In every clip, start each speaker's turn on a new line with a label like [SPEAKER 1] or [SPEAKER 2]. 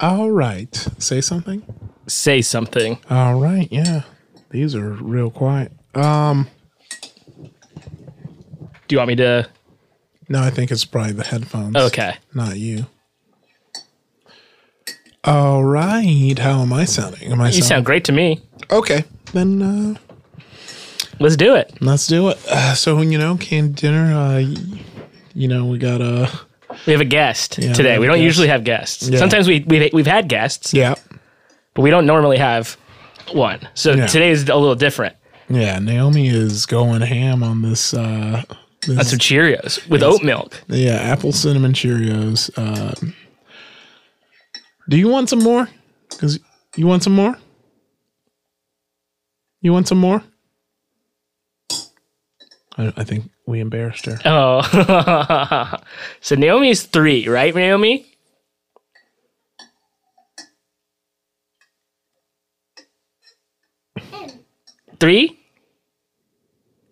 [SPEAKER 1] All right. Say something.
[SPEAKER 2] Say something.
[SPEAKER 1] All right. Yeah. These are real quiet. Um.
[SPEAKER 2] Do you want me to?
[SPEAKER 1] No, I think it's probably the headphones.
[SPEAKER 2] Okay.
[SPEAKER 1] Not you. All right. How am I sounding? Am I
[SPEAKER 2] You sound great to me.
[SPEAKER 1] okay? Then uh,
[SPEAKER 2] Let's do it.
[SPEAKER 1] let's do it. Uh, so you know, canned dinner. Uh, y- you know, we got a uh,
[SPEAKER 2] We have a guest
[SPEAKER 1] Yeah, we
[SPEAKER 2] today.
[SPEAKER 1] have
[SPEAKER 2] We
[SPEAKER 1] a
[SPEAKER 2] don't
[SPEAKER 1] guest.
[SPEAKER 2] usually have guests.
[SPEAKER 1] Yeah.
[SPEAKER 2] Sometimes we we've, we've had guests,
[SPEAKER 1] yeah,
[SPEAKER 2] but we don't normally have one. So
[SPEAKER 1] Yeah.
[SPEAKER 2] today is a little different.
[SPEAKER 1] yeah. Naomi is going ham on this. Uh, this
[SPEAKER 2] That's some Cheerios with oat milk.
[SPEAKER 1] Yeah, apple cinnamon Cheerios. Uh, do you want some more? Cause you want some more. You want some more? I, I think we embarrassed her.
[SPEAKER 2] Oh, so Naomi's three, right, Naomi? Three.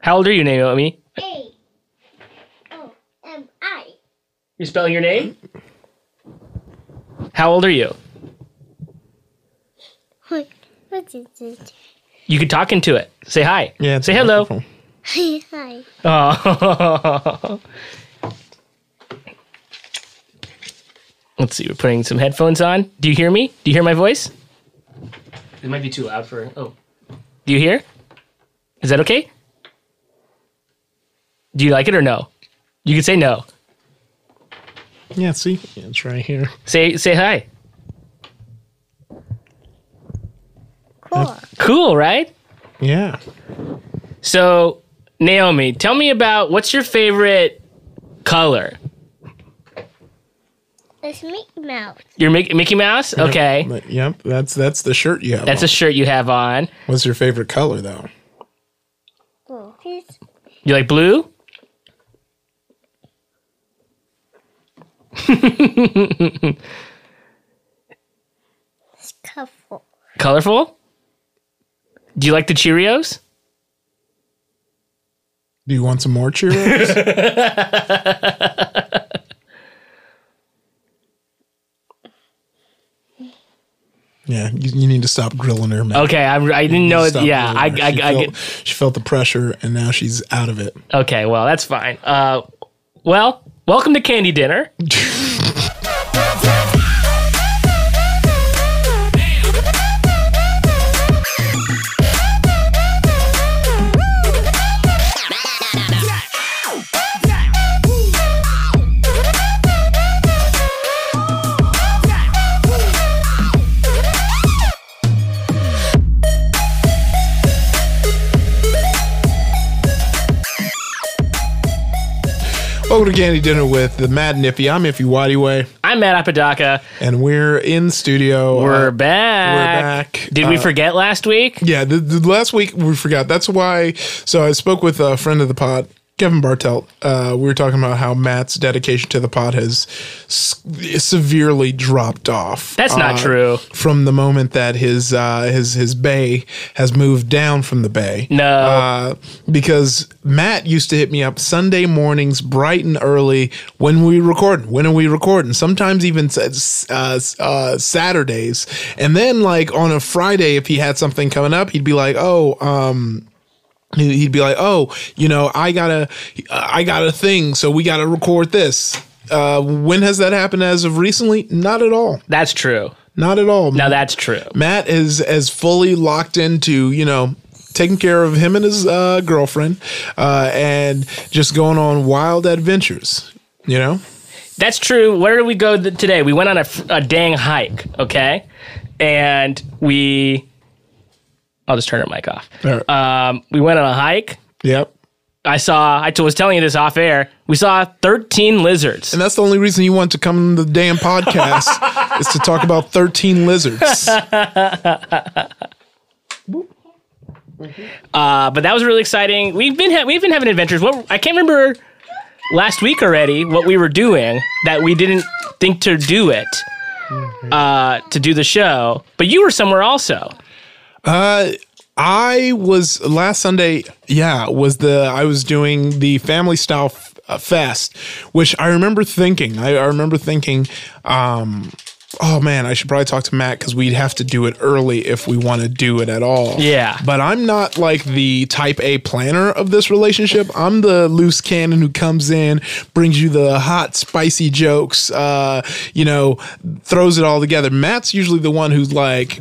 [SPEAKER 2] How old are you, Naomi?
[SPEAKER 3] A O M I.
[SPEAKER 2] You're spelling your name. How old are you?
[SPEAKER 3] What is it?
[SPEAKER 2] You could talk into it. Say hi.
[SPEAKER 1] Yeah, it's
[SPEAKER 2] Say
[SPEAKER 1] a
[SPEAKER 2] hello.
[SPEAKER 1] microphone.
[SPEAKER 3] Hi.
[SPEAKER 2] Oh. Let's see, we're putting some headphones on. Do you hear me? Do you hear my voice? It might be too loud for. Oh. Do you hear? Is that okay? Do you like it or no? You could say no.
[SPEAKER 1] Yeah, see, Yeah, it's right here.
[SPEAKER 2] Say say hi.
[SPEAKER 3] Cool.
[SPEAKER 2] Cool, right?
[SPEAKER 1] Yeah.
[SPEAKER 2] So, Naomi, tell me about what's your favorite color?
[SPEAKER 3] It's Mickey Mouse.
[SPEAKER 2] Your Mickey, Mickey Mouse? Okay.
[SPEAKER 1] But, yep. That's that's the shirt you have.
[SPEAKER 2] That's a
[SPEAKER 1] on.
[SPEAKER 2] shirt you have on.
[SPEAKER 1] What's your favorite color though?
[SPEAKER 3] Cool. He's
[SPEAKER 2] You like blue?
[SPEAKER 3] colorful.
[SPEAKER 2] Colorful? Do you like the Cheerios?
[SPEAKER 1] Do you want some more Cheerios? yeah, you, you need to stop grilling her, man.
[SPEAKER 2] Okay, I, I didn't know.
[SPEAKER 1] Stop
[SPEAKER 2] Oh, yeah, I,
[SPEAKER 1] grilling her.
[SPEAKER 2] I,
[SPEAKER 1] she,
[SPEAKER 2] I
[SPEAKER 1] felt,
[SPEAKER 2] get-
[SPEAKER 1] she felt the pressure, and now she's out of it.
[SPEAKER 2] okay. Well, that's fine. Uh, well, welcome to Candy Dinner.
[SPEAKER 1] Welcome to Candy Dinner with the Mad Nippy. I'm Iffy Wadiway,
[SPEAKER 2] I'm Matt Apodaca.
[SPEAKER 1] and we're in studio.
[SPEAKER 2] We're
[SPEAKER 1] Uh,
[SPEAKER 2] back.
[SPEAKER 1] back.
[SPEAKER 2] Did we
[SPEAKER 1] Uh,
[SPEAKER 2] forget last week?
[SPEAKER 1] Yeah, the, the last week we forgot. That's why. So I spoke with a friend of the pod, Kevin Bartelt. Uh, we were talking about how Matt's dedication to the pod has s- severely dropped off.
[SPEAKER 2] That's not
[SPEAKER 1] uh,
[SPEAKER 2] true.
[SPEAKER 1] From the moment that his uh, his his bay has moved down from the bay.
[SPEAKER 2] No.
[SPEAKER 1] Uh, because Matt used to hit me up Sunday mornings, bright and early, when we record, when are we recording? Sometimes even s- uh, uh, Saturdays, and then like on a Friday, if he had something coming up, he'd be like, "Oh, um, he- he'd be like, "Oh, you know, I got to I got a thing, so we got to record this." Uh, when has that happened as of recently? Not at all.
[SPEAKER 2] that's true.
[SPEAKER 1] Not at all.
[SPEAKER 2] Now that's true.
[SPEAKER 1] Matt is as fully locked into, you know, taking care of him and his uh, girlfriend uh, and just going on wild adventures, you know?
[SPEAKER 2] That's true. Where did we go th- today? We went on a, f- a dang hike, okay? And we. I'll just turn her mic off.
[SPEAKER 1] All right.
[SPEAKER 2] Um, we went on a hike.
[SPEAKER 1] Uh, yep.
[SPEAKER 2] I saw, I t- was telling you this off air. We saw 13 lizards.
[SPEAKER 1] And that's the only reason you want to come to the damn podcast is to talk about 13 lizards.
[SPEAKER 2] Uh, but that was really exciting. We've been ha- we've been having adventures. What I can't remember last week already what we were doing that we didn't think to do it uh, to do the show. But you were somewhere also.
[SPEAKER 1] I was last Sunday. Yeah, was the I was doing the family style f- uh, fest, which I remember thinking. I, I remember thinking, um, oh man, I should probably talk to Matt because we'd have to do it early if we want to do it at all.
[SPEAKER 2] Yeah.
[SPEAKER 1] But I'm not like the type A planner of this relationship. I'm the loose cannon who comes in, brings you the hot, spicy jokes, uh, you know, throws it all together. Matt's usually the one who's like,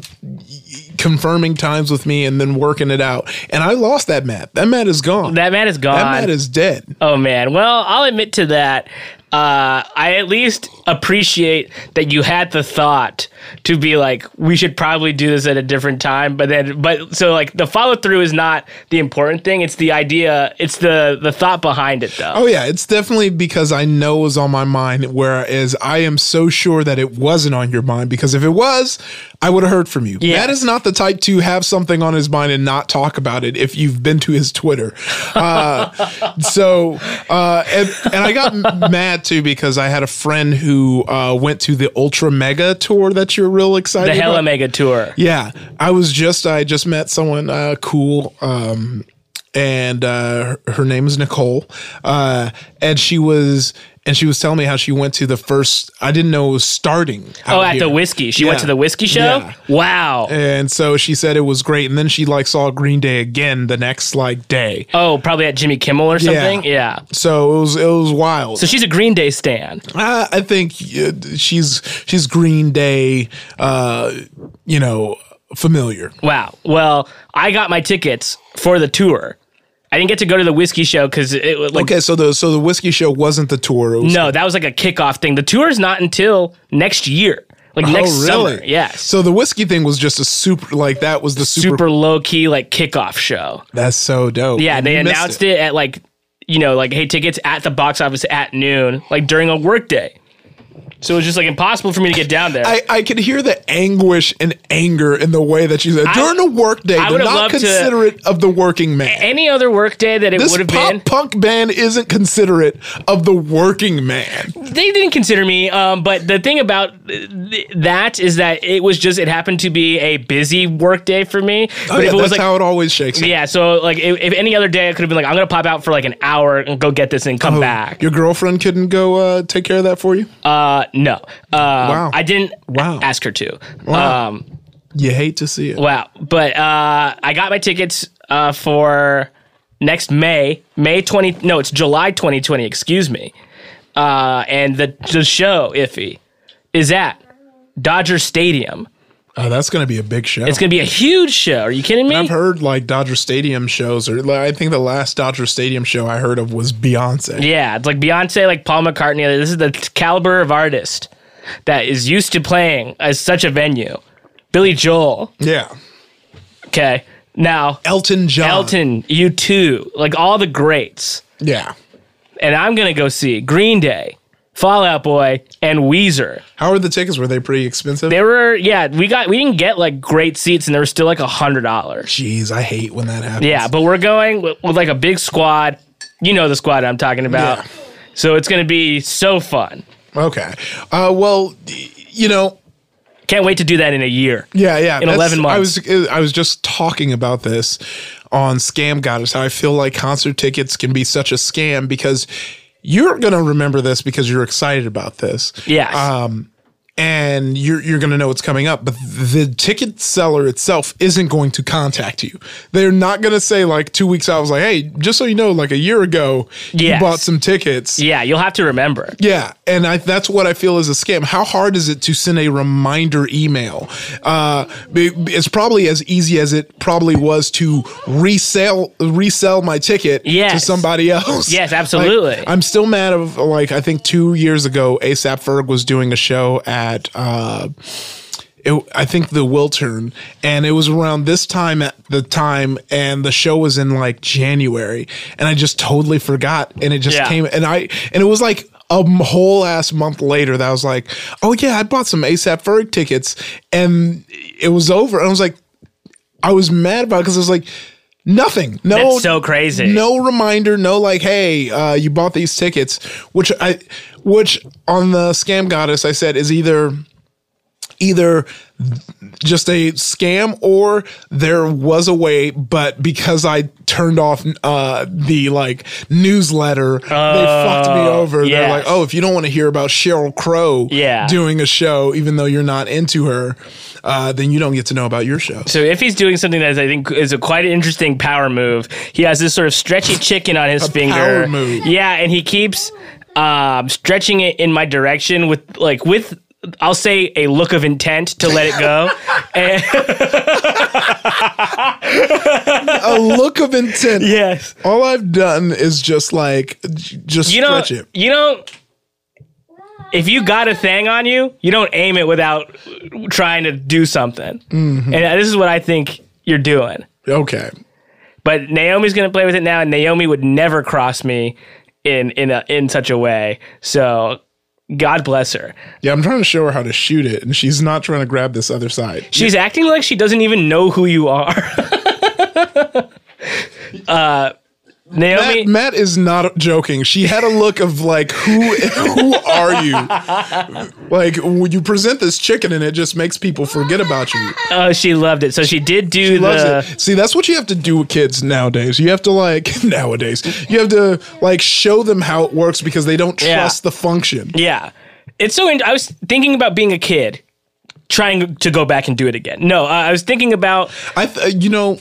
[SPEAKER 1] confirming times with me and then working it out and i lost that matt that matt is gone
[SPEAKER 2] That man is gone.
[SPEAKER 1] that matt is dead
[SPEAKER 2] Oh man. Well, I'll admit to that. Uh, I at least appreciate that you had the thought to be like, we should probably do this at a different time. But then, but so like the follow through is not the important thing. It's the idea. It's the the thought behind it, though.
[SPEAKER 1] Oh yeah, it's definitely because I know it was on my mind. Whereas I am so sure that it wasn't on your mind because if it was, I would have heard from you.
[SPEAKER 2] Yeah.
[SPEAKER 1] Matt is not the type to have something on his mind and not talk about it. If you've been to his Twitter, uh, so uh, and, and I got m- mad too because I had a friend who uh, went to the Ultra Mega tour that you're real excited.
[SPEAKER 2] the
[SPEAKER 1] about.
[SPEAKER 2] Hella Mega Tour.
[SPEAKER 1] Yeah, I was just I just met someone uh, cool, um, and uh, her, her name is Nicole, uh, and she was and she was telling me how she went to the first. I didn't know it was starting.
[SPEAKER 2] Oh,
[SPEAKER 1] out
[SPEAKER 2] at the
[SPEAKER 1] here.
[SPEAKER 2] whiskey. She
[SPEAKER 1] Yeah.
[SPEAKER 2] went to the whiskey show.
[SPEAKER 1] Yeah.
[SPEAKER 2] Wow.
[SPEAKER 1] And so she said it was great, and then she like saw Green Day again the next like day.
[SPEAKER 2] oh, probably at Jimmy Kimmel or something. Yeah.
[SPEAKER 1] So it was it was wild.
[SPEAKER 2] So she's a Green Day stan.
[SPEAKER 1] I, I think uh, she's she's Green Day, uh, you know, familiar.
[SPEAKER 2] Wow. Well, I got my tickets for the tour. I didn't get to go to the whiskey show because it was like
[SPEAKER 1] Okay, so the so the whiskey show wasn't the tour. It was
[SPEAKER 2] no, that was like a kickoff thing. The tour is not until next year,
[SPEAKER 1] Oh,
[SPEAKER 2] like next summer. Yes,
[SPEAKER 1] So the whiskey thing was just a super like that was the super.
[SPEAKER 2] super, low key like kickoff show.
[SPEAKER 1] that's so dope.
[SPEAKER 2] Yeah,
[SPEAKER 1] And
[SPEAKER 2] they
[SPEAKER 1] you missed
[SPEAKER 2] announced it. at like you know like hey tickets at the box office at noon, like during a work day. So it was just like impossible for me to get down there.
[SPEAKER 1] I, I could hear the anguish and anger in the way that she said during a work day.
[SPEAKER 2] I
[SPEAKER 1] They're
[SPEAKER 2] would've
[SPEAKER 1] not
[SPEAKER 2] loved to-
[SPEAKER 1] considerate of the working man.
[SPEAKER 2] Any other work day that it
[SPEAKER 1] This
[SPEAKER 2] would have
[SPEAKER 1] pop
[SPEAKER 2] been,
[SPEAKER 1] punk band isn't considerate of the working man.
[SPEAKER 2] they didn't consider me. Um, but the thing about th- th- that is that it was just it happened to be a busy work day for me.
[SPEAKER 1] Oh,
[SPEAKER 2] but
[SPEAKER 1] yeah,
[SPEAKER 2] if it was
[SPEAKER 1] that's
[SPEAKER 2] like
[SPEAKER 1] how it always shakes. out.
[SPEAKER 2] yeah, so like if, if any other day I could have been like I'm gonna pop out for like an hour and go get this and
[SPEAKER 1] Oh.
[SPEAKER 2] come back.
[SPEAKER 1] Your girlfriend couldn't go uh, take care of that for you.
[SPEAKER 2] Uh, no. Uh,
[SPEAKER 1] Wow.
[SPEAKER 2] I didn't
[SPEAKER 1] Wow.
[SPEAKER 2] ask her to.
[SPEAKER 1] Wow.
[SPEAKER 2] Um,
[SPEAKER 1] you hate to see it.
[SPEAKER 2] Wow. But uh, I got my tickets uh, for next May, May 20. No, it's July 2020, excuse me. Uh, and the, the show, Iffy, is at Dodger Stadium.
[SPEAKER 1] Oh, that's gonna be a big show.
[SPEAKER 2] It's going to be a huge show. Are you kidding me?
[SPEAKER 1] I've heard like Dodger Stadium shows, or like, I think the last Dodger Stadium show I heard of was Beyonce.
[SPEAKER 2] yeah, it's like Beyonce, like Paul McCartney. This is the caliber of artist that is used to playing as such a venue. Billy Joel.
[SPEAKER 1] Yeah.
[SPEAKER 2] Okay. Now,
[SPEAKER 1] Elton John.
[SPEAKER 2] Elton, you too, like all the greats.
[SPEAKER 1] Yeah.
[SPEAKER 2] and I'm gonna go see Green Day, Fallout Boy, and Weezer.
[SPEAKER 1] How were the tickets? Were they pretty expensive?
[SPEAKER 2] They were yeah, we got we didn't get like great seats, and they were still like a hundred dollars.
[SPEAKER 1] Jeez, I hate when that happens.
[SPEAKER 2] Yeah, but we're going with, with like a big squad. You know the squad I'm talking about.
[SPEAKER 1] Yeah.
[SPEAKER 2] So it's gonna be so fun.
[SPEAKER 1] Okay. Uh, well, y- you know,
[SPEAKER 2] Can't wait to do that in a year.
[SPEAKER 1] yeah, yeah.
[SPEAKER 2] In
[SPEAKER 1] that's-
[SPEAKER 2] 11 months.
[SPEAKER 1] I was I was just talking about this on Scam Goddess. How I feel like concert tickets can be such a scam because you're gonna remember this because you're excited about this. Um,
[SPEAKER 2] Yes.
[SPEAKER 1] and you're you're going to know what's coming up. But the ticket seller itself isn't going to contact you. They're not going to say like two weeks out. I was like, hey, just so you know, like a year ago, you
[SPEAKER 2] Yes.
[SPEAKER 1] bought some tickets.
[SPEAKER 2] yeah, you'll have to remember.
[SPEAKER 1] Yeah, and I, that's what I feel is a scam. How hard is it to send a reminder email? Uh, be- be- it's probably as easy as it probably was to resell resell my ticket to
[SPEAKER 2] Yes.
[SPEAKER 1] somebody else.
[SPEAKER 2] Yes,
[SPEAKER 1] Like,
[SPEAKER 2] absolutely.
[SPEAKER 1] I'm still mad of like I think two years ago, ASAP Ferg was doing a show at. Uh, it, I think the Wiltern, and it was around this time at the time, and the show was in like January, and I just totally forgot, and it just
[SPEAKER 2] Yeah.
[SPEAKER 1] came, and I, and it was like a m- whole ass month later that I was like, oh yeah, I bought some ASAP Ferg tickets, and it was over, and I was like, I was mad about it because I was like. Nothing. No.
[SPEAKER 2] That's so crazy.
[SPEAKER 1] No reminder. No, like, hey, uh, you bought these tickets, which I, which on the scam goddess I said is either either just a scam or there was a way, but because I turned off uh, the like newsletter, they fucked me over. They're
[SPEAKER 2] yes.
[SPEAKER 1] like, oh, if you don't want to hear about Cheryl Crow
[SPEAKER 2] Yeah.
[SPEAKER 1] doing a show, even though you're not into her, uh, then you don't get to know about your show.
[SPEAKER 2] So if he's doing something that is, I think is a quite an interesting power move, he has this sort of stretchy chicken on his finger.
[SPEAKER 1] power move.
[SPEAKER 2] Yeah, and he keeps um, stretching it in my direction with like with I'll say a look of intent to let it go. and
[SPEAKER 1] a look of intent.
[SPEAKER 2] yes.
[SPEAKER 1] All I've done is just like, j- just
[SPEAKER 2] You
[SPEAKER 1] stretch
[SPEAKER 2] don't
[SPEAKER 1] it.
[SPEAKER 2] you don't if you got a thing on you, you don't aim it without trying to do something.
[SPEAKER 1] Mm-hmm.
[SPEAKER 2] And this is what I think you're doing.
[SPEAKER 1] Okay.
[SPEAKER 2] But Naomi's gonna play with it now, and Naomi would never cross me in in a, in such a way. So God bless her.
[SPEAKER 1] Yeah, I'm trying to show her how to shoot it, and she's not trying to grab this other side.
[SPEAKER 2] She's acting like she doesn't even know who you are. uh, Naomi,
[SPEAKER 1] Matt, Matt is not joking. She had a look of like, who, who are you? Like, when you present this chicken, and it just makes people forget about you.
[SPEAKER 2] oh, she loved it. So she did do the.
[SPEAKER 1] Loves it. See, that's what you have to do with kids nowadays. You have to like nowadays. You have to like show them how it works because they don't
[SPEAKER 2] Yeah.
[SPEAKER 1] trust the function.
[SPEAKER 2] Yeah. It's so. In- I was thinking about being a kid, trying to go back and do it again. No, I I was thinking about.
[SPEAKER 1] I, th- you know,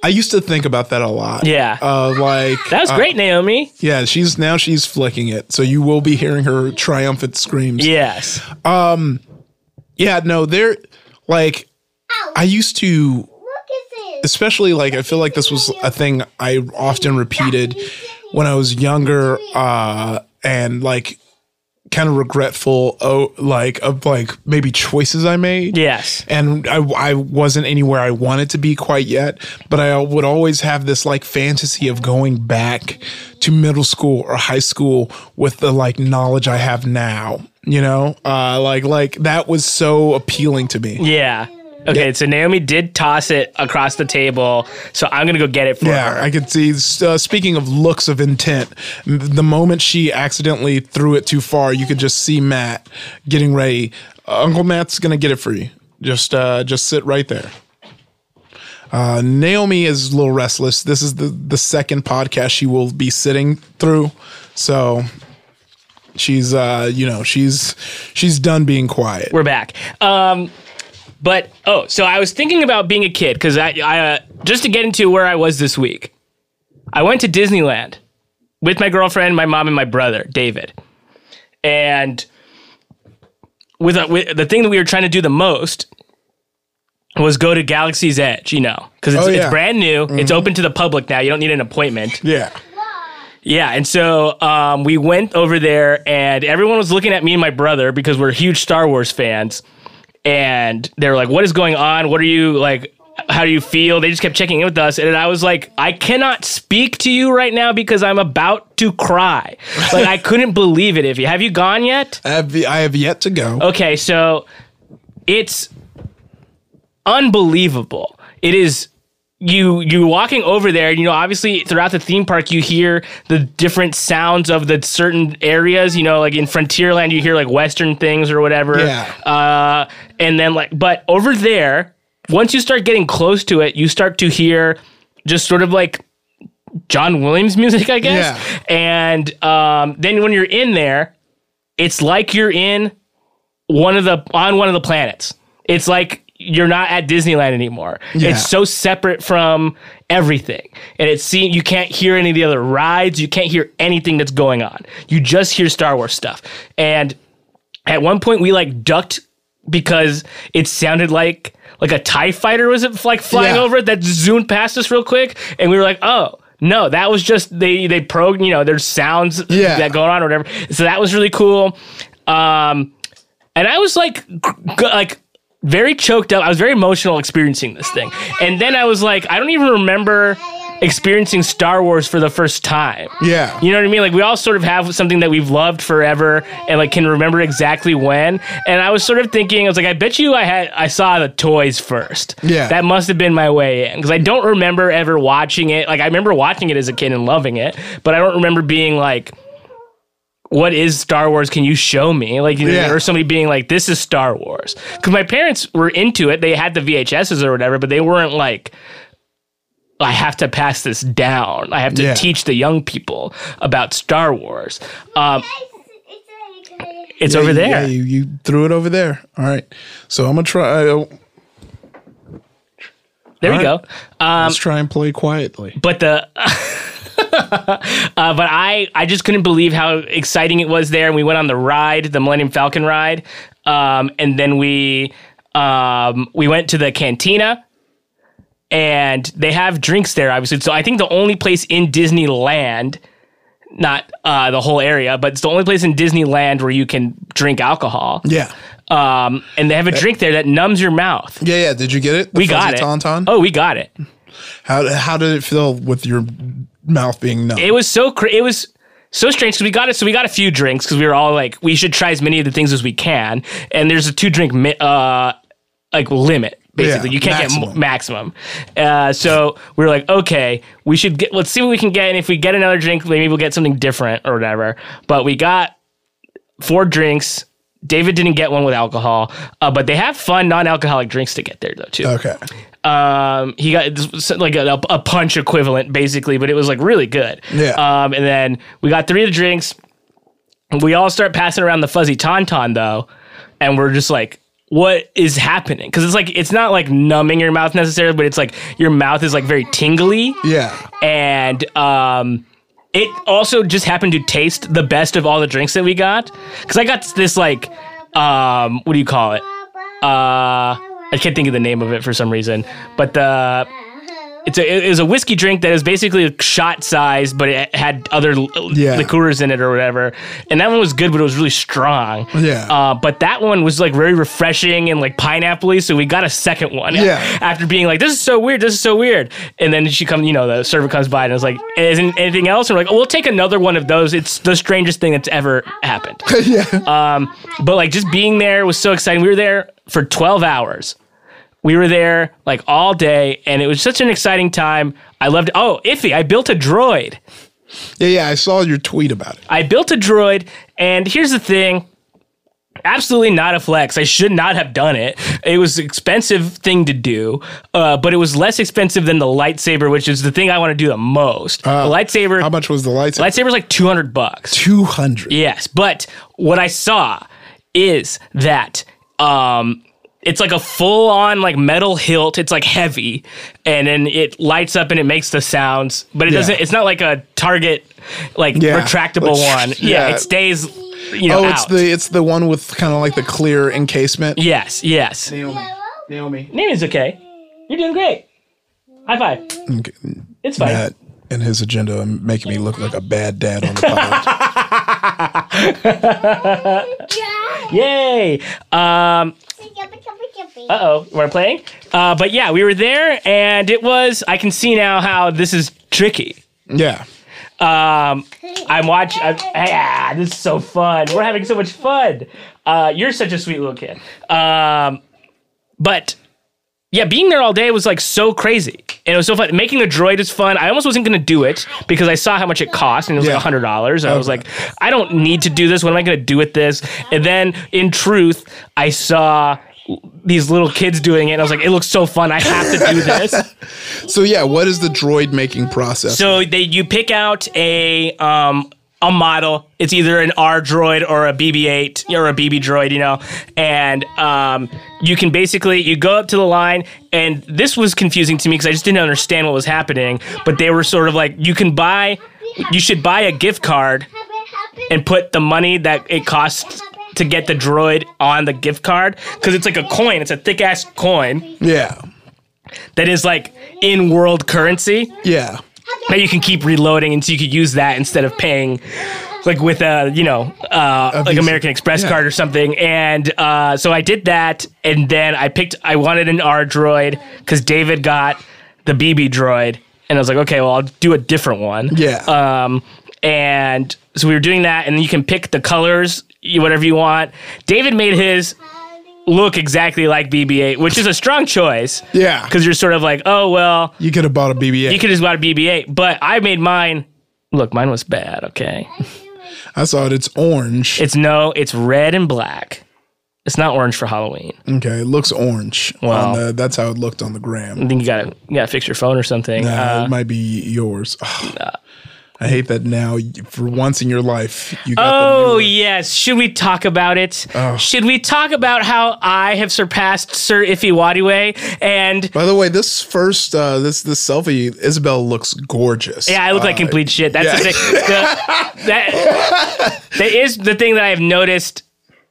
[SPEAKER 1] I used to think about that a lot.
[SPEAKER 2] Yeah.
[SPEAKER 1] uh, like
[SPEAKER 2] That was great, Naomi.
[SPEAKER 1] yeah, she's now she's flicking it, so you will be hearing her triumphant screams.
[SPEAKER 2] Yes.
[SPEAKER 1] Yeah, no, they're like I used to
[SPEAKER 3] Look at this.
[SPEAKER 1] especially like I feel like this was a thing I often repeated when I was younger uh and like kind of regretful oh like of like maybe choices I made.
[SPEAKER 2] Yes.
[SPEAKER 1] And I, I wasn't anywhere I wanted to be quite yet, but I would always have this like fantasy of going back to middle school or high school with the like knowledge I have now. You know, uh, like like that was so appealing to me.
[SPEAKER 2] Yeah. Okay, so Naomi did toss it across the table, so I'm gonna go get it for
[SPEAKER 1] Yeah,
[SPEAKER 2] her.
[SPEAKER 1] I could see. Uh, speaking of looks of intent, m- the moment she accidentally threw it too far, you could just see Matt getting ready. Uh, Uncle Matt's gonna get it for you. Just, uh, just sit right there. Uh, Naomi is a little restless. This is the the second podcast she will be sitting through, so she's, uh, you know, she's she's done being quiet.
[SPEAKER 2] We're back. Um, but oh, so I was thinking about being a kid because I, I uh, just to get into where I was this week, I went to Disneyland with my girlfriend, my mom, and my brother David, and with, uh, with the thing that we were trying to do the most was go to Galaxy's Edge, you know, because it's,
[SPEAKER 1] Oh, yeah.
[SPEAKER 2] it's brand new, it's open to the public now. You don't need an appointment.
[SPEAKER 1] Yeah,
[SPEAKER 2] Yeah, and so um, we went over there, and everyone was looking at me and my brother because we're huge Star Wars fans, and they were like, "What is going on? What are you like? How do you feel?" They just kept checking in with us, and I was like, "I cannot speak to you right now because I'm about to cry." Like I couldn't believe it. If you have you gone yet?
[SPEAKER 1] I have I have yet to go.
[SPEAKER 2] Okay, so it's unbelievable. It is you you walking over there, you know, obviously throughout the theme park you hear the different sounds of the certain areas, you know, like in Frontierland you hear like western things or whatever.
[SPEAKER 1] Yeah.
[SPEAKER 2] Uh and then like but over there, once you start getting close to it, you start to hear just sort of like John Williams music, I guess.
[SPEAKER 1] Yeah.
[SPEAKER 2] And um, then when you're in there, it's like you're in one of the on one of the planets. It's like you're not at Disneyland anymore.
[SPEAKER 1] Yeah.
[SPEAKER 2] It's so separate from everything. And it's seen you can't hear any of the other rides, you can't hear anything that's going on. You just hear Star Wars stuff. And at one point we like ducked because it sounded like like a tie fighter was it like flying
[SPEAKER 1] Yeah.
[SPEAKER 2] over it that zoomed past us real quick and we were like oh no that was just they they pro you know there's sounds
[SPEAKER 1] Yeah.
[SPEAKER 2] that going on or whatever so that was really cool um and i was like g- like very choked up i was very emotional experiencing this thing and then i was like i don't even remember experiencing star wars for the first time
[SPEAKER 1] Yeah,
[SPEAKER 2] you know what I mean? Like we all sort of have something that we've loved forever and like can remember exactly when. And I was sort of thinking, I was like, I bet you I had I saw the toys first.
[SPEAKER 1] Yeah.
[SPEAKER 2] That must have been my way in. Because I don't remember ever watching it. Like I remember watching it as a kid and loving it, but I don't remember being like what is Star Wars? Can you show me? Like, you know,
[SPEAKER 1] Yeah.
[SPEAKER 2] or somebody being like, this is Star Wars. Because my parents were into it. They had the VHSs or whatever, but they weren't like, I have to pass this down. I have to
[SPEAKER 1] Yeah.
[SPEAKER 2] teach the young people about Star Wars. Um, it's
[SPEAKER 1] Yeah,
[SPEAKER 2] over
[SPEAKER 1] you-
[SPEAKER 2] there.
[SPEAKER 1] Yeah, you, you threw it over there. All right. So I'm gonna try. uh,
[SPEAKER 2] there you
[SPEAKER 1] All
[SPEAKER 2] go. Um,
[SPEAKER 1] let's try and play quietly.
[SPEAKER 2] but the uh, but I I just couldn't believe how exciting it was there. And we went on the ride, the Millennium Falcon ride, um, and then we um, we went to the cantina. And they have drinks there, obviously. So I think the only place in Disneyland, not uh, the whole area, but it's the only place in Disneyland where you can drink alcohol.
[SPEAKER 1] Yeah.
[SPEAKER 2] Um, and they have a
[SPEAKER 1] Eh.
[SPEAKER 2] drink there that numbs your mouth.
[SPEAKER 1] Yeah, yeah. Did you get it? The
[SPEAKER 2] We got it.
[SPEAKER 1] fuzzy Tauntaun.
[SPEAKER 2] Oh, we got it.
[SPEAKER 1] How how did it feel with your mouth being numb?
[SPEAKER 2] it was so cra- it was so strange because we got it. So we got a few drinks because we were all like, we should try as many of the things as we can. And there's a two drink mi- uh like limit basically.
[SPEAKER 1] Yeah,
[SPEAKER 2] you can't get mo-
[SPEAKER 1] maximum.
[SPEAKER 2] maximum. Uh, so we were like, okay, we should get. Let's see what we can get. And if we get another drink, maybe we'll get something different or whatever. But we got four drinks. David didn't get one with alcohol, uh, but they have fun non-alcoholic drinks to get there though too
[SPEAKER 1] okay.
[SPEAKER 2] um, he got this- like a, a punch equivalent basically, but it was like really good.
[SPEAKER 1] Yeah.
[SPEAKER 2] Um, and then we got three of the drinks. We all start passing around the fuzzy tauntaun though, and we're just like, what is happening? Because it's like it's not like numbing your mouth necessarily, but it's like your mouth is like very tingly,
[SPEAKER 1] Yeah.
[SPEAKER 2] and um. It also just happened to taste the best of all the drinks that we got. Cause I got this like, um, what do you call it? uh, I can't think of the name of it for some reason, but the it's a it was a whiskey drink that is basically shot size, but it had other l-
[SPEAKER 1] Yeah.
[SPEAKER 2] liqueurs in it or whatever. And that one was good, but it was really strong.
[SPEAKER 1] Yeah.
[SPEAKER 2] Uh, but that one was like very refreshing and like pineapple-y, so we got a second one.
[SPEAKER 1] Yeah.
[SPEAKER 2] After being like, this is so weird, this is so weird, and then she comes, you know, the server comes by and is like, isn't anything else? And we're like, oh, we'll take another one of those. It's the strangest thing that's ever happened.
[SPEAKER 1] yeah.
[SPEAKER 2] Um, But like just being there was so exciting. We were there for 12 hours. We were there like all day and it was such an exciting time. I loved Oh, Iffy, I built a droid.
[SPEAKER 1] yeah. Yeah. I saw your tweet about it.
[SPEAKER 2] I built a droid and here's the thing. Absolutely not a flex. I should not have done it. It was an expensive thing to do, uh, but it was less expensive than the lightsaber, which is the thing I want to do the most. the lightsaber,
[SPEAKER 1] Uh, How much was the lightsaber?
[SPEAKER 2] lightsaber's like 200 bucks.
[SPEAKER 1] Two hundred.
[SPEAKER 2] Yes, but what I saw is that um it's like a full on like metal hilt. It's like heavy and then it lights up and it makes the sounds, but it
[SPEAKER 1] Yeah.
[SPEAKER 2] doesn't it's not like a target like
[SPEAKER 1] Yeah.
[SPEAKER 2] retractable
[SPEAKER 1] Like,
[SPEAKER 2] one.
[SPEAKER 1] yeah.
[SPEAKER 2] Yeah, it stays you know
[SPEAKER 1] Oh, it's
[SPEAKER 2] out.
[SPEAKER 1] the it's the one with kind of like the clear encasement.
[SPEAKER 2] yes, yes.
[SPEAKER 1] Naomi. Naomi.
[SPEAKER 2] Name okay. You're doing great. High five.
[SPEAKER 1] Okay.
[SPEAKER 2] It's fine.
[SPEAKER 1] Matt and his agenda are making me look like a bad dad on the pod.
[SPEAKER 2] Yay. Um Uh oh, we're playing. Uh, but yeah, we were there, and it was. I can see now how this is tricky.
[SPEAKER 1] yeah.
[SPEAKER 2] Um, I'm watching. I'm, ah, this is so fun. We're having so much fun. Uh, you're such a sweet little kid. Um, but yeah, being there all day was like so crazy, and it was so fun. Making the droid is fun. I almost wasn't gonna do it because I saw how much it cost, and it was
[SPEAKER 1] Yeah.
[SPEAKER 2] like hundred dollars. I was like, I don't need to do this. What am I gonna do with this? And then, in truth, I saw these little kids doing it, and I was like, it looks so fun. I have to do this.
[SPEAKER 1] So yeah, what is the droid making process?
[SPEAKER 2] So they you pick out a um a model. It's either an R droid or a BB-8 or a BB droid, you know. And um, you can basically you go up to the line, and this was confusing to me because I just didn't understand what was happening. But they were sort of like, you can buy, you should buy a gift card and put the money that it costs to get the droid on the gift card because it's like a coin. It's a thick ass coin
[SPEAKER 1] yeah.
[SPEAKER 2] that is like in world currency
[SPEAKER 1] Yeah.
[SPEAKER 2] that you can keep reloading, and so you could use that instead of paying, like with a you know uh, like
[SPEAKER 1] Visa.
[SPEAKER 2] American Express
[SPEAKER 1] Yeah.
[SPEAKER 2] card or something. And uh, so I did that, and then I picked. I wanted an R droid because David got the BB droid, and I was like, okay, well I'll do a different one.
[SPEAKER 1] Yeah.
[SPEAKER 2] Um, and so we were doing that, and then you can pick the colors, you- whatever you want. David made his look exactly like BB-8, which is a strong choice.
[SPEAKER 1] Yeah.
[SPEAKER 2] Because you're sort of like, oh well.
[SPEAKER 1] You could have bought a BB-8.
[SPEAKER 2] You could just buy a BB-8, but I made mine. Look, mine was bad. Okay,
[SPEAKER 1] I saw it. It's orange.
[SPEAKER 2] It's no, it's red and black. It's not orange for Halloween.
[SPEAKER 1] okay, it looks orange.
[SPEAKER 2] Wow.
[SPEAKER 1] On the, that's how it looked on the gram.
[SPEAKER 2] I think you gotta you gotta fix your phone or something.
[SPEAKER 1] Nah,
[SPEAKER 2] Uh,
[SPEAKER 1] it might be yours. Ugh. I hate that now. y- For once in your life, you got the
[SPEAKER 2] oh
[SPEAKER 1] newer-
[SPEAKER 2] yes, should we talk about it?
[SPEAKER 1] Oh.
[SPEAKER 2] Should we talk about how I have surpassed Sir Iffy Wadiway and
[SPEAKER 1] By the way, this first uh, this this selfie, Isabel looks gorgeous.
[SPEAKER 2] Yeah, I look like complete shit. That's the
[SPEAKER 1] Uh, yeah.
[SPEAKER 2] thing. The- that, that is the thing that I have noticed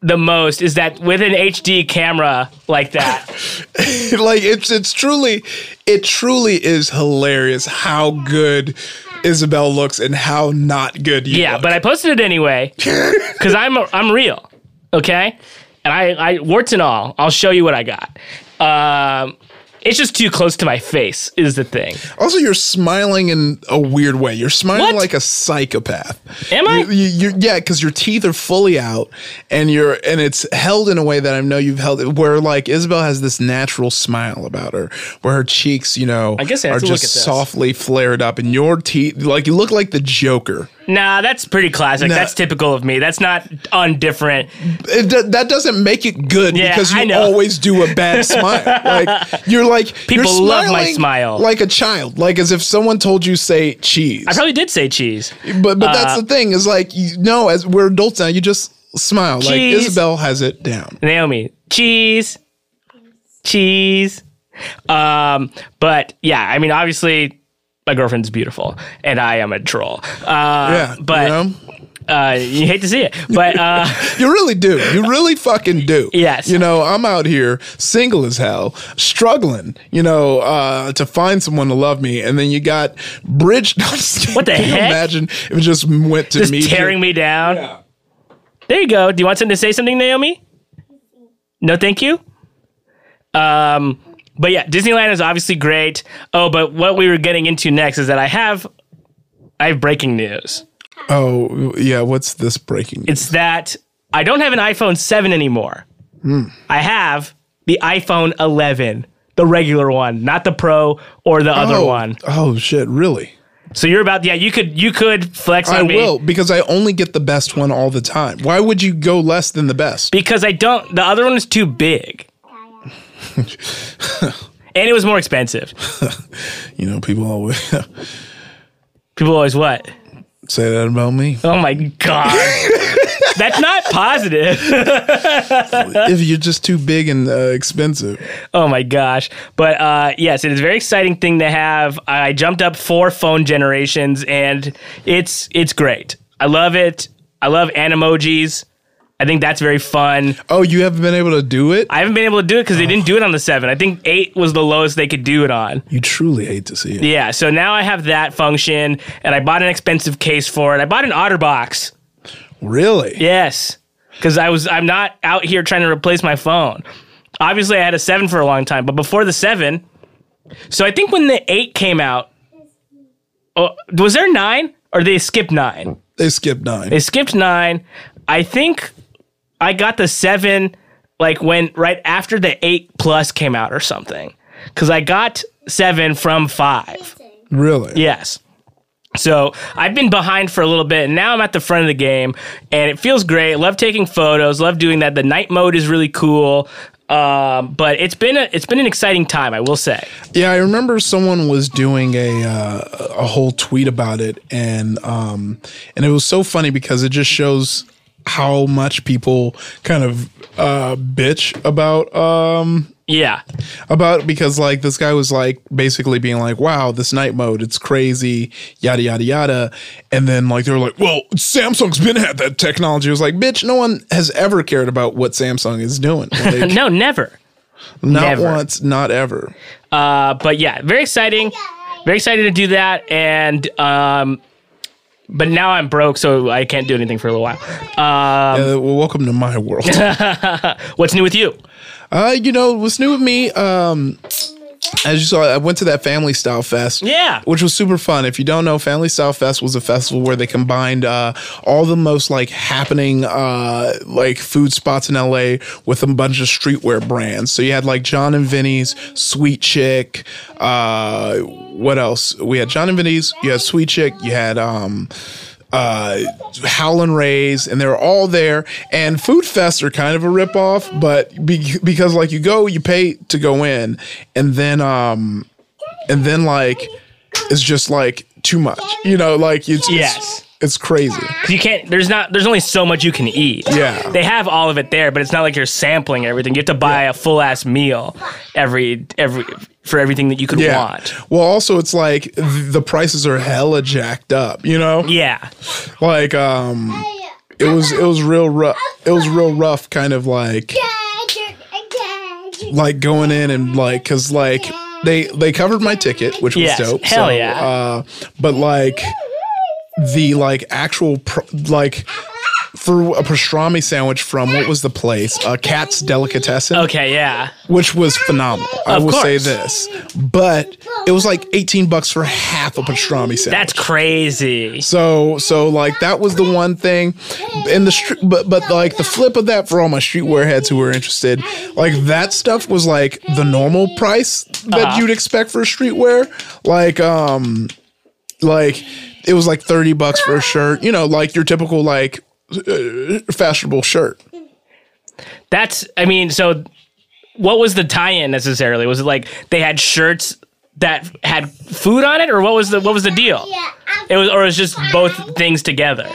[SPEAKER 2] the most is that with an HD camera like that,
[SPEAKER 1] like it's it's truly it truly is hilarious how good Isabel looks and how not good you
[SPEAKER 2] yeah.
[SPEAKER 1] look.
[SPEAKER 2] But I posted it anyway because I'm I'm real, okay? And I, I warts and all, I'll show you what I got. Um, it's just too close to my face is the thing.
[SPEAKER 1] also you're smiling in a weird way. You're smiling
[SPEAKER 2] What?
[SPEAKER 1] like a psychopath.
[SPEAKER 2] Am I?
[SPEAKER 1] You, you, you, yeah, because your teeth are fully out, and you're and it's held in a way that I know you've held it. Where like Isabel has this natural smile about her, where her cheeks, you know, I
[SPEAKER 2] guess I have
[SPEAKER 1] are
[SPEAKER 2] to
[SPEAKER 1] just
[SPEAKER 2] look at this.
[SPEAKER 1] softly flared up, and your teeth, like you look like the Joker.
[SPEAKER 2] Nah, that's pretty classic.
[SPEAKER 1] No.
[SPEAKER 2] That's typical of me. That's not undifferent.
[SPEAKER 1] It, do- that doesn't make it good
[SPEAKER 2] Yeah,
[SPEAKER 1] because
[SPEAKER 2] I
[SPEAKER 1] you
[SPEAKER 2] know.
[SPEAKER 1] always do a bad smile. Like you're like you're
[SPEAKER 2] People love my
[SPEAKER 1] smiling
[SPEAKER 2] smile.
[SPEAKER 1] like a child, like as if someone told you say cheese.
[SPEAKER 2] I probably did say cheese.
[SPEAKER 1] But but
[SPEAKER 2] uh,
[SPEAKER 1] that's the thing is like you know as we're adults now you just smile like
[SPEAKER 2] Cheese.
[SPEAKER 1] Isabel has it down.
[SPEAKER 2] Naomi, cheese, cheese. Um, but yeah, I mean, obviously, my girlfriend's beautiful, and I am a troll.
[SPEAKER 1] Yeah,
[SPEAKER 2] Uh, but
[SPEAKER 1] you, know?
[SPEAKER 2] uh, you hate to see it, but uh,
[SPEAKER 1] You really do. You really fucking do.
[SPEAKER 2] Yes.
[SPEAKER 1] You know I'm out here single as hell, struggling. You know uh, to find someone to love me, and then you got bridge.
[SPEAKER 2] What the
[SPEAKER 1] Can you
[SPEAKER 2] heck?
[SPEAKER 1] Imagine if it just went to
[SPEAKER 2] just
[SPEAKER 1] me.
[SPEAKER 2] tearing me down. There you go. Do you want something to say something, Naomi? No, thank you. Um, but yeah, Disneyland is obviously great. Oh, but what we were getting into next is that I have, I have breaking news.
[SPEAKER 1] Oh yeah, what's this breaking?
[SPEAKER 2] It's that I don't have an iPhone 7 anymore.
[SPEAKER 1] Hmm.
[SPEAKER 2] I have the iPhone 11, the regular one, not the Pro or the other
[SPEAKER 1] oh,
[SPEAKER 2] one.
[SPEAKER 1] Oh shit, really?
[SPEAKER 2] So you're about yeah, you could you could flex
[SPEAKER 1] I
[SPEAKER 2] on me
[SPEAKER 1] will because I only get the best one all the time. Why would you go less than the best?
[SPEAKER 2] because I don't the other one is too big. and it was more expensive.
[SPEAKER 1] You know, people always
[SPEAKER 2] People always what?
[SPEAKER 1] say that about me.
[SPEAKER 2] Oh my god. That's not positive.
[SPEAKER 1] if you're just too big and uh, expensive.
[SPEAKER 2] Oh my gosh. But uh, yes, it is a very exciting thing to have. I jumped up four phone generations and it's it's great. I love it. I love animojis. I think that's very fun.
[SPEAKER 1] Oh, you haven't been able to do it?
[SPEAKER 2] I haven't been able to do it because they didn't do it on the seven. I think eight was the lowest they could do it on.
[SPEAKER 1] You truly hate to see it.
[SPEAKER 2] Yeah, so now I have that function and I bought an expensive case for it. I bought an Otterbox.
[SPEAKER 1] Really?
[SPEAKER 2] Yes. Because I was I'm not out here trying to replace my phone. Obviously I had a seven for a long time, but before the seven. So I think when the eight came out, oh, was there nine? Or they skipped nine?
[SPEAKER 1] They skipped nine.
[SPEAKER 2] They skipped nine. I think I got the seven like when right after the eight plus came out or something. Cause I got seven from five.
[SPEAKER 1] really?
[SPEAKER 2] Yes. So I've been behind for a little bit, and now I'm at the front of the game, and it feels great. Love taking photos. Love doing that. The night mode is really cool. Um, but it's been a, it's been an exciting time, I will say.
[SPEAKER 1] Yeah, I remember someone was doing a uh, a whole tweet about it, and um, and it was so funny because it just shows how much people kind of uh, bitch about um,
[SPEAKER 2] Yeah,
[SPEAKER 1] about because like this guy was like basically being like, "Wow, this night mode, it's crazy, yada yada yada," and then like they were like, "Well, Samsung's been at that technology." It was like, "Bitch, no one has ever cared about what Samsung is doing. Like,
[SPEAKER 2] no, never.
[SPEAKER 1] not
[SPEAKER 2] never.
[SPEAKER 1] once, not ever."
[SPEAKER 2] Uh, but yeah, very exciting. Very excited to do that, and um, but now I'm broke, so I can't do anything for a little while. Uh,
[SPEAKER 1] Uh, well, welcome to my world.
[SPEAKER 2] what's new with you?
[SPEAKER 1] Uh, you know, what's new with me? Um, as you saw, I went to that Family Style Fest.
[SPEAKER 2] Yeah.
[SPEAKER 1] Which was super fun. If you don't know, Family Style Fest was a festival where they combined uh, all the most like happening uh, like food spots in LA with a bunch of streetwear brands. So you had like John and Vinny's, Sweet Chick, uh, what else? We had John and Vinny's, you had Sweet Chick, you had um uh, Howlin' Rays, and they're all there. And Food Fest are kind of a ripoff, but be- because like you go, you pay to go in, and then um, and then like it's just like too much, you know, like it's
[SPEAKER 2] Yes.
[SPEAKER 1] it's, it's crazy.
[SPEAKER 2] You can't. There's not. There's only so much you can eat.
[SPEAKER 1] Yeah.
[SPEAKER 2] They have all of it there, but it's not like you're sampling everything. You have to buy a full ass meal every every for everything that you could
[SPEAKER 1] Yeah.
[SPEAKER 2] want.
[SPEAKER 1] Well, also it's like th- the prices are hella jacked up, you know?
[SPEAKER 2] Yeah.
[SPEAKER 1] Like um it was it was real rough. It was real rough kind of like like going in and like cuz like they they covered my ticket, which was
[SPEAKER 2] Yes.
[SPEAKER 1] dope.
[SPEAKER 2] Hell yeah.
[SPEAKER 1] uh but like the like actual pr- like for a pastrami sandwich from what was the place? A uh, Cat's Delicatessen
[SPEAKER 2] Okay. Yeah.
[SPEAKER 1] which was phenomenal. I
[SPEAKER 2] Of
[SPEAKER 1] will say
[SPEAKER 2] course.
[SPEAKER 1] this, but it was like eighteen bucks for half a pastrami sandwich.
[SPEAKER 2] That's crazy.
[SPEAKER 1] so so like that was the one thing, and the str- but but like the flip of that for all my streetwear heads who were interested, like that stuff was like the normal price that
[SPEAKER 2] Uh-huh.
[SPEAKER 1] you'd expect for streetwear, like um, like it was like thirty bucks for a shirt, you know, like your typical like uh, fashionable shirt.
[SPEAKER 2] That's. I mean. So, what was the tie-in necessarily? Was it like they had shirts that had food on it, or what was the what was the deal? It was, or it was just both things together.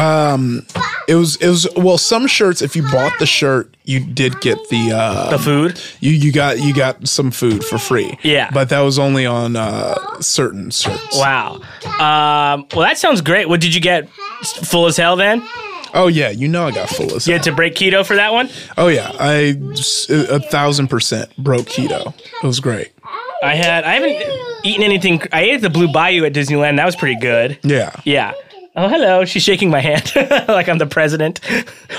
[SPEAKER 1] It was it was well some shirts if you bought the shirt you did get the uh
[SPEAKER 2] The food.
[SPEAKER 1] you you got you got some food for free.
[SPEAKER 2] Yeah.
[SPEAKER 1] But that was only on uh certain shirts.
[SPEAKER 2] Wow. Um, well, that sounds great. What did you get? S- Full as hell then?
[SPEAKER 1] Oh yeah, you know I got full of
[SPEAKER 2] You had to break keto for that one?
[SPEAKER 1] Oh yeah, I s- a a thousand percent broke keto. It was great.
[SPEAKER 2] I had, I haven't eaten anything. I ate at the Blue Bayou at Disneyland. That was pretty good.
[SPEAKER 1] Yeah.
[SPEAKER 2] Yeah. Oh, hello. She's shaking my hand like I'm the president.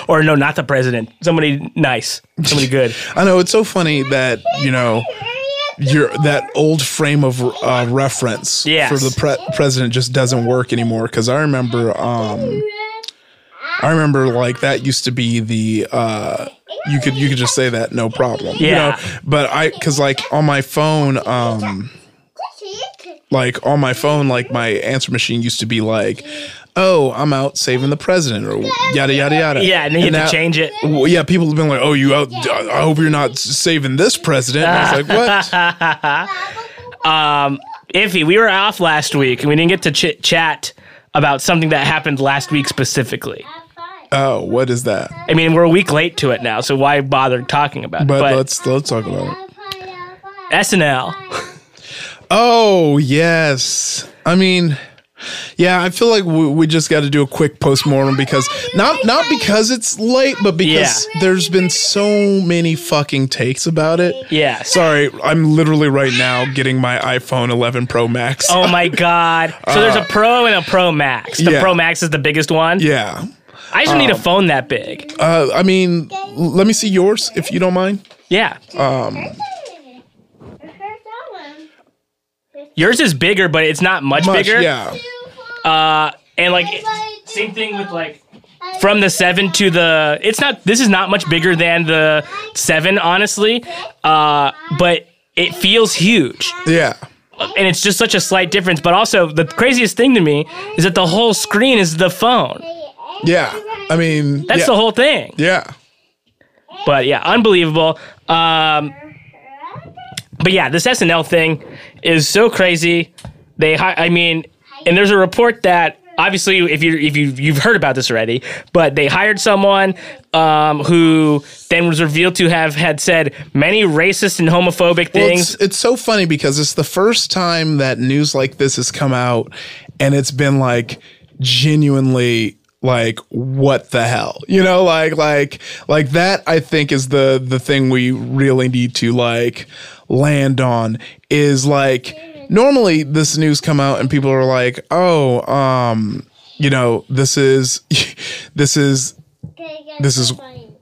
[SPEAKER 2] Or no, not the president. Somebody nice. Somebody good.
[SPEAKER 1] I know it's so funny that you know your that old frame of uh, reference
[SPEAKER 2] Yes.
[SPEAKER 1] for the pre- president just doesn't work anymore. Because I remember, um, I remember like that used to be the uh, you could you could just say that no problem. you
[SPEAKER 2] Yeah.
[SPEAKER 1] know? But I because like on my phone, um, like on my phone, like my answer machine used to be like. Oh, I'm out saving the president, or yada yada yada.
[SPEAKER 2] Yeah, and then you had
[SPEAKER 1] now-
[SPEAKER 2] to change it.
[SPEAKER 1] well, yeah, people have been like, "Oh, you out? I hope you're not saving this president." And I was like, "What?"
[SPEAKER 2] Iffy, we were off last week and we didn't get to ch- chat about something that happened last week specifically.
[SPEAKER 1] Oh, what is that?
[SPEAKER 2] I mean, we're a week late to it now, so why bother talking about it?
[SPEAKER 1] But,
[SPEAKER 2] But,
[SPEAKER 1] let's let's talk about it.
[SPEAKER 2] SNL.
[SPEAKER 1] Oh yes, I mean, yeah, I feel like we, we just got to do a quick postmortem because not not because it's late, but because
[SPEAKER 2] Yeah.
[SPEAKER 1] there's been so many fucking takes about it.
[SPEAKER 2] Yeah.
[SPEAKER 1] Sorry, I'm literally right now getting my iPhone 11 Pro Max.
[SPEAKER 2] Oh my god! So there's a Pro and a Pro Max. The
[SPEAKER 1] Uh, yeah.
[SPEAKER 2] Pro Max is the biggest one.
[SPEAKER 1] Yeah.
[SPEAKER 2] I just
[SPEAKER 1] Um,
[SPEAKER 2] need a phone that big.
[SPEAKER 1] Uh, I mean, l- let me see yours if you don't mind.
[SPEAKER 2] yeah, yours is bigger, but it's not much,
[SPEAKER 1] Much,
[SPEAKER 2] bigger.
[SPEAKER 1] Yeah.
[SPEAKER 2] Uh, and like same thing with like from the seven to the. It's not. This is not much bigger than the seven, honestly. Uh, but it feels huge,
[SPEAKER 1] Yeah.
[SPEAKER 2] and it's just such a slight difference. But also, the craziest thing to me is that the whole screen is the phone.
[SPEAKER 1] Yeah. I mean,
[SPEAKER 2] That's
[SPEAKER 1] yeah.
[SPEAKER 2] the whole thing.
[SPEAKER 1] Yeah.
[SPEAKER 2] But yeah, unbelievable. Um, but yeah, this SNL thing is so crazy. They, hi- I mean, and there's a report that obviously, if you if you you've heard about this already, but they hired someone um, who then was revealed to have had said many racist and homophobic
[SPEAKER 1] Well,
[SPEAKER 2] things.
[SPEAKER 1] it's, it's so funny because it's the first time that news like this has come out and it's been like genuinely like what the hell you know like like like that i think is the the thing we really need to like land on is like normally this news come out and people are like oh um you know this is this is this is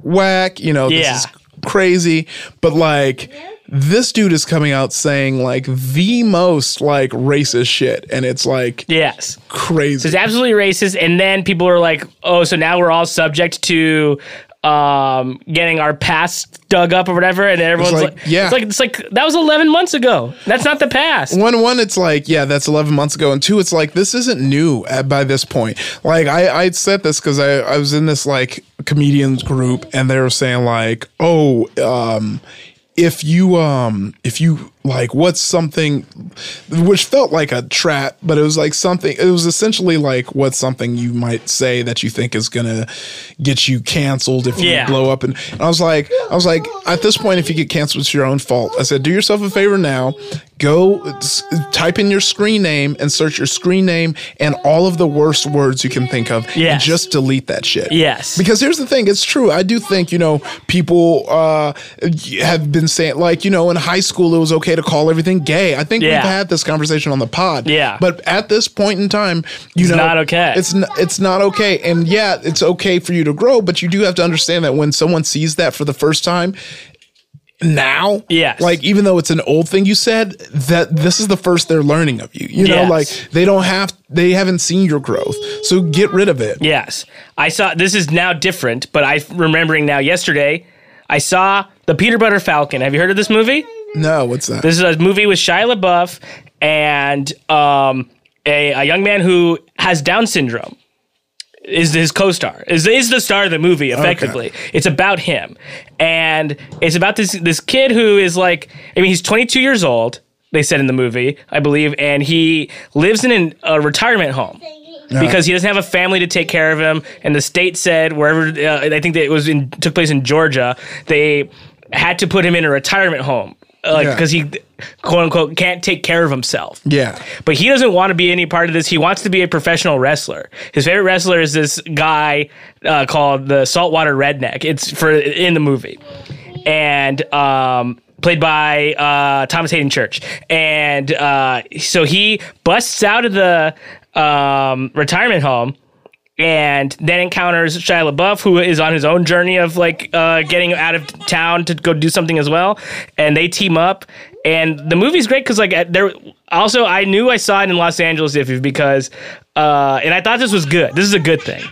[SPEAKER 1] whack, you know,
[SPEAKER 2] Yeah.
[SPEAKER 1] this is crazy. But like this dude is coming out saying like the most like racist shit and it's like
[SPEAKER 2] yes.
[SPEAKER 1] crazy.
[SPEAKER 2] It's absolutely racist. And then people are like, oh, so now we're all subject to um, getting our past dug up or whatever, and everyone's
[SPEAKER 1] like,
[SPEAKER 2] like,
[SPEAKER 1] yeah.
[SPEAKER 2] it's like it's like that was eleven months ago. That's not the past.
[SPEAKER 1] One, one, it's like, yeah, that's 11 months ago. And two, it's like, this isn't new at, by this point. Like, I, I said this because I, I was in this, like, comedians group and they were saying, like, oh, um, if you, um, if you, like, what's something which felt like a trap, but it was like something, it was essentially like, what's something you might say that you think is going to get you canceled if you
[SPEAKER 2] Yeah.
[SPEAKER 1] blow up. And, and I was like, I was like, at this point, if you get canceled, it's your own fault. I said, do yourself a favor now. Go s- type in your screen name and search your screen name and all of the worst words you can think of. And
[SPEAKER 2] Yes.
[SPEAKER 1] just delete that shit.
[SPEAKER 2] Yes.
[SPEAKER 1] Because here's the thing, it's true. I do think, you know, people uh, have been saying, like, you know, in high school, it was okay to call everything gay. I think
[SPEAKER 2] Yeah.
[SPEAKER 1] we've had this conversation on the pod.
[SPEAKER 2] Yeah.
[SPEAKER 1] But at this point in time, you know,
[SPEAKER 2] not okay.
[SPEAKER 1] It's n- it's not okay. And yeah, it's okay for you to grow, but you do have to understand that when someone sees that for the first time now,
[SPEAKER 2] Yes.
[SPEAKER 1] like even though it's an old thing you said, that this is the first they're learning of you. You know,
[SPEAKER 2] Yes.
[SPEAKER 1] like they don't have they haven't seen your growth. So get rid of it.
[SPEAKER 2] Yes. I saw this is now different, but I remembering now yesterday, I saw The Peter Butter Falcon. Have you heard of this movie?
[SPEAKER 1] No, what's that?
[SPEAKER 2] This is a movie with Shia LaBeouf and um, a, a young man who has Down syndrome. Is his co-star is is the star of the movie effectively? It's about him, and it's about this this kid who is like I mean he's 22 years old. They said in the movie, I believe, and he lives in an, a retirement home because he doesn't have a family to take care of him. And the state said wherever uh, I think that it was in took place in Georgia, they had to put him in a retirement home
[SPEAKER 1] Yeah.
[SPEAKER 2] because he quote unquote can't take care of himself.
[SPEAKER 1] yeah.
[SPEAKER 2] But he doesn't want to be any part of this. He wants to be a professional wrestler. His favorite wrestler is this guy uh, called the Saltwater Redneck. It's for in the movie, and um, played by uh, Thomas Hayden Church. And uh, so he busts out of the um, retirement home and then encounters Shia LaBeouf, who is on his own journey of like uh, getting out of town to go do something as well, and they team up. And the movie's great because like at- there. Also, I knew I saw it in Los Angeles, if because, uh, and I thought this was good. This is a good thing.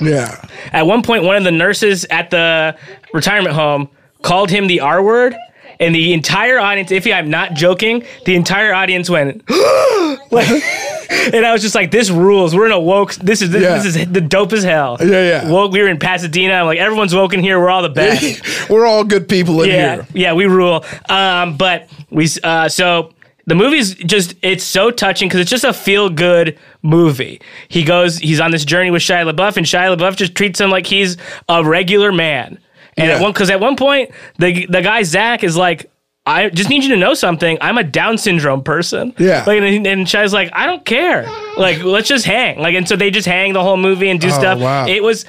[SPEAKER 1] Yeah.
[SPEAKER 2] At one point, one of the nurses at the retirement home called him the R word, and the entire audience, if I'm not joking, the entire audience went, like, and I was just like, this rules. We're in a woke, this is, this,
[SPEAKER 1] Yeah.
[SPEAKER 2] this is the dope as hell.
[SPEAKER 1] Yeah, yeah.
[SPEAKER 2] Woke, we were in Pasadena. I'm like, everyone's woke in here. We're all the best.
[SPEAKER 1] We're all good people in
[SPEAKER 2] yeah.
[SPEAKER 1] here.
[SPEAKER 2] Yeah, we rule. Um, but we, s- uh, so. The movie's just, it's so touching because it's just a feel good movie. He goes, he's on this journey with Shia LaBeouf, and Shia LaBeouf just treats him like he's a regular man. And
[SPEAKER 1] Yeah.
[SPEAKER 2] at one, because at one point, the, the guy, Zach, is like, I just need you to know something. I'm a Down syndrome person.
[SPEAKER 1] Yeah.
[SPEAKER 2] Like, and, and Shia's like, I don't care. Like, let's just hang. Like, and so they just hang the whole movie and do stuff.
[SPEAKER 1] Oh, wow.
[SPEAKER 2] It was,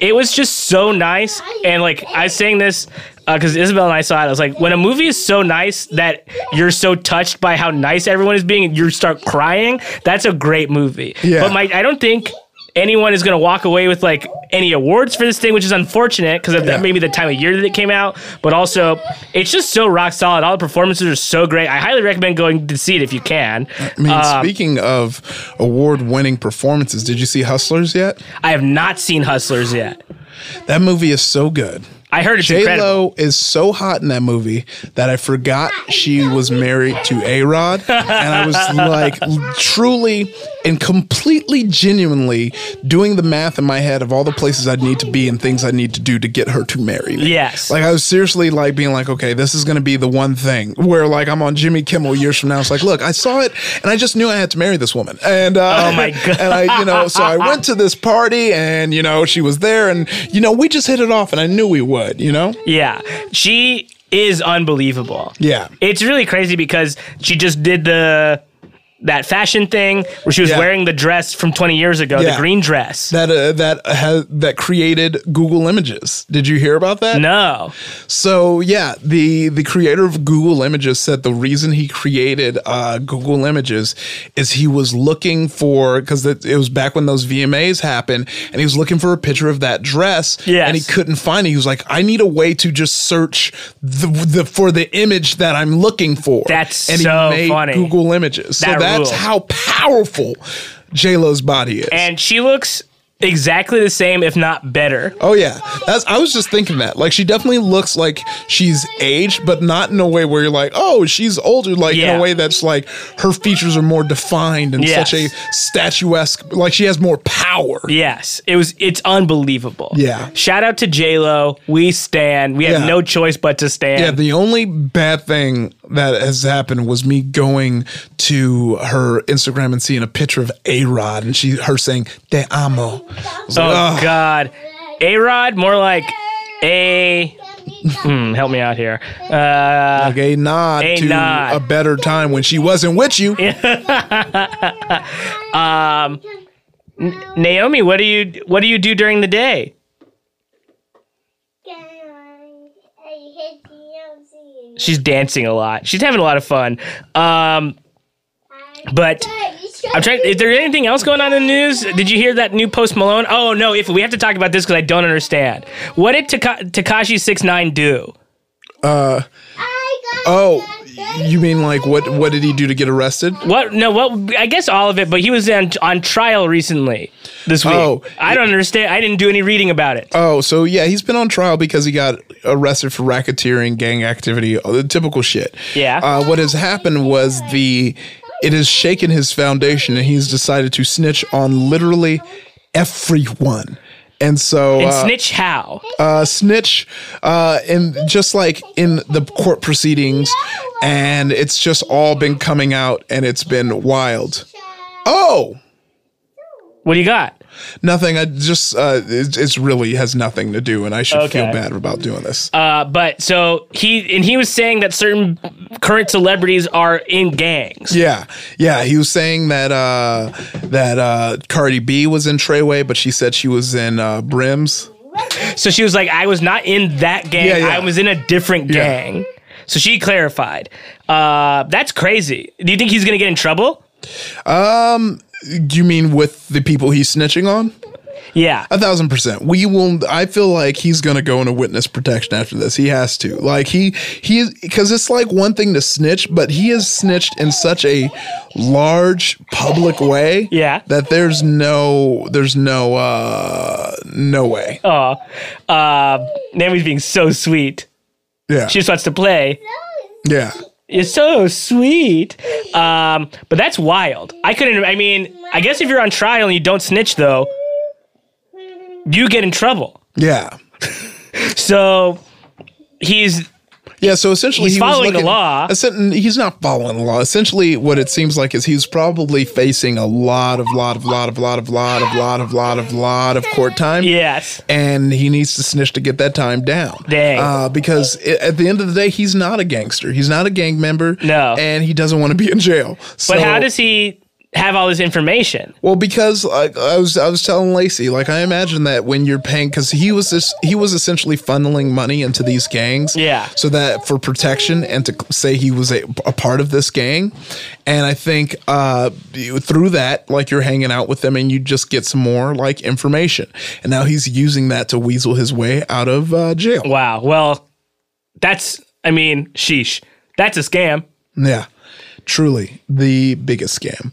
[SPEAKER 2] it was just so nice. And like I was saying this because Isabel and I saw it. I was like, when a movie is so nice that you're so touched by how nice everyone is being, and you start crying. That's a great movie.
[SPEAKER 1] Yeah.
[SPEAKER 2] But my, I don't think anyone is going to walk away with like any awards for this thing, which is unfortunate because of
[SPEAKER 1] Yeah.
[SPEAKER 2] the, maybe the time of year that it came out. But also, it's just so rock solid. All the performances are so great. I highly recommend going to see it if you can.
[SPEAKER 1] I mean,
[SPEAKER 2] Um,
[SPEAKER 1] speaking of award winning performances, did you see Hustlers yet?
[SPEAKER 2] I have not seen Hustlers yet.
[SPEAKER 1] That movie is so good.
[SPEAKER 2] I heard it's
[SPEAKER 1] J
[SPEAKER 2] incredible.
[SPEAKER 1] Lo is so hot in that movie that I forgot she was married to A Rod, and I was like truly and completely genuinely doing the math in my head of all the places I need to be and things I need to do to get her to marry me.
[SPEAKER 2] Yes.
[SPEAKER 1] like I was seriously like being like, okay, this is gonna be the one thing where like I'm on Jimmy Kimmel years from now. It's like, look, I saw it, and I just knew I had to marry this woman, and uh,
[SPEAKER 2] Oh my God.
[SPEAKER 1] and I, you know, so I went to this party, and you know, she was there, and you know, we just hit it off, and I knew we would, you know.
[SPEAKER 2] Yeah. She is unbelievable.
[SPEAKER 1] Yeah.
[SPEAKER 2] It's really crazy because she just did the that fashion thing where she was
[SPEAKER 1] Yeah.
[SPEAKER 2] wearing the dress from 20 years ago,
[SPEAKER 1] Yeah.
[SPEAKER 2] the green dress.
[SPEAKER 1] That uh, that has that created Google Images. Did you hear about that?
[SPEAKER 2] no.
[SPEAKER 1] So yeah, the the creator of Google Images said the reason he created uh, Google Images is he was looking for because it it was back when those VMAs happened, and he was looking for a picture of that dress,
[SPEAKER 2] Yes.
[SPEAKER 1] and he couldn't find it. He was like, I need a way to just search the, the for the image that I'm looking for.
[SPEAKER 2] That's
[SPEAKER 1] and
[SPEAKER 2] so
[SPEAKER 1] he made
[SPEAKER 2] funny.
[SPEAKER 1] Google Images. so
[SPEAKER 2] That
[SPEAKER 1] that's
[SPEAKER 2] rules.
[SPEAKER 1] how powerful J Lo's body is.
[SPEAKER 2] And she looks exactly the same, if not better.
[SPEAKER 1] Oh yeah, that's. I was just thinking that. Like, she definitely looks like she's aged, but not in a way where you're like, oh, she's older. Like in
[SPEAKER 2] Yeah.
[SPEAKER 1] a way that's like her features are more defined and
[SPEAKER 2] Yes.
[SPEAKER 1] such a statuesque. Like she has more power.
[SPEAKER 2] Yes, it was. It's unbelievable.
[SPEAKER 1] Yeah.
[SPEAKER 2] Shout out to J Lo. We stand. We have
[SPEAKER 1] Yeah.
[SPEAKER 2] no choice but to stand.
[SPEAKER 1] Yeah, the only bad thing that has happened was me going to her Instagram and seeing a picture of A Rod and she her saying "Te amo." I was
[SPEAKER 2] oh
[SPEAKER 1] like, "Ugh."
[SPEAKER 2] God. A Rod, more like a. Hmm, help me out here. Uh,
[SPEAKER 1] Like a nod
[SPEAKER 2] A
[SPEAKER 1] to
[SPEAKER 2] nod.
[SPEAKER 1] a better time when she wasn't with you.
[SPEAKER 2] Um, Naomi, what do you what do you do during the day? She's dancing a lot. She's having a lot of fun. Um, but I'm trying. Is there anything else going on in the news? Did you hear that new Post Malone? Oh no! If we have to talk about this because I don't understand. What did Takashi Six Nine do?
[SPEAKER 1] Oh, you mean like what? What did he do to get arrested?
[SPEAKER 2] What? No. What? I guess all of it. But he was on, on trial recently this week.
[SPEAKER 1] Oh.
[SPEAKER 2] I don't understand. I didn't do any reading about it.
[SPEAKER 1] Oh, so yeah, he's been on trial because he got arrested for racketeering, gang activity, all the typical shit.
[SPEAKER 2] Yeah.
[SPEAKER 1] Uh, what has happened was the it has shaken his foundation, and he's decided to snitch on literally everyone. And so
[SPEAKER 2] and
[SPEAKER 1] uh,
[SPEAKER 2] snitch how?
[SPEAKER 1] uh, snitch, uh, and just like in the court proceedings, and it's just all been coming out, and it's been wild. Oh,
[SPEAKER 2] What do you got?
[SPEAKER 1] nothing. I just uh, it, it's really has nothing to do, and I should feel
[SPEAKER 2] Okay.
[SPEAKER 1] bad about doing this.
[SPEAKER 2] Uh, but so he and he was saying that certain current celebrities are in gangs.
[SPEAKER 1] Yeah, yeah. He was saying that uh, that uh, Cardi B was in Treyway, but she said she was in uh, Brims.
[SPEAKER 2] So she was like, I was not in that gang.
[SPEAKER 1] Yeah, yeah.
[SPEAKER 2] I was in a different
[SPEAKER 1] Yeah.
[SPEAKER 2] gang. So she clarified. Uh, that's crazy. Do you think he's gonna get in trouble?
[SPEAKER 1] You mean with the people he's snitching on?
[SPEAKER 2] Yeah.
[SPEAKER 1] A thousand percent. We will. I feel like he's gonna go into witness protection after this. He has to. Like he he because it's like one thing to snitch, but he has snitched in such a large public way.
[SPEAKER 2] Yeah.
[SPEAKER 1] That there's no there's no uh no way.
[SPEAKER 2] Aw. Uh, Naomi's being so sweet.
[SPEAKER 1] yeah.
[SPEAKER 2] She just wants to play.
[SPEAKER 1] yeah.
[SPEAKER 2] You're so sweet. Um, but that's wild. I couldn't. I mean, I guess if you're on trial and you don't snitch, though, you get in trouble.
[SPEAKER 1] Yeah.
[SPEAKER 2] So he's
[SPEAKER 1] Yeah, so essentially
[SPEAKER 2] He's
[SPEAKER 1] he was
[SPEAKER 2] following the
[SPEAKER 1] looking-
[SPEAKER 2] law.
[SPEAKER 1] essen- He's not following the law. Essentially, what it seems like is he's probably facing a lot of lot of lot of lot of lot of lot of lot of lot of court time.
[SPEAKER 2] yes.
[SPEAKER 1] And he needs to snitch to get that time down.
[SPEAKER 2] Dang.
[SPEAKER 1] Uh, because i at the end of the day, he's not a gangster. He's not a gang member.
[SPEAKER 2] No.
[SPEAKER 1] And he doesn't want to be in jail. So,
[SPEAKER 2] But how does he have all this information?
[SPEAKER 1] Well, because like I was, I was telling Lacey, like I imagine that when you're paying, because he was this, he was essentially funneling money into these gangs,
[SPEAKER 2] Yeah.
[SPEAKER 1] so that for protection and to say he was a, a part of this gang, and I think uh, you- through that, like you're hanging out with them and you just get some more like information, and now he's using that to weasel his way out of uh, jail.
[SPEAKER 2] Wow. Well, that's, I mean, sheesh. That's a scam.
[SPEAKER 1] Yeah, truly the biggest scam.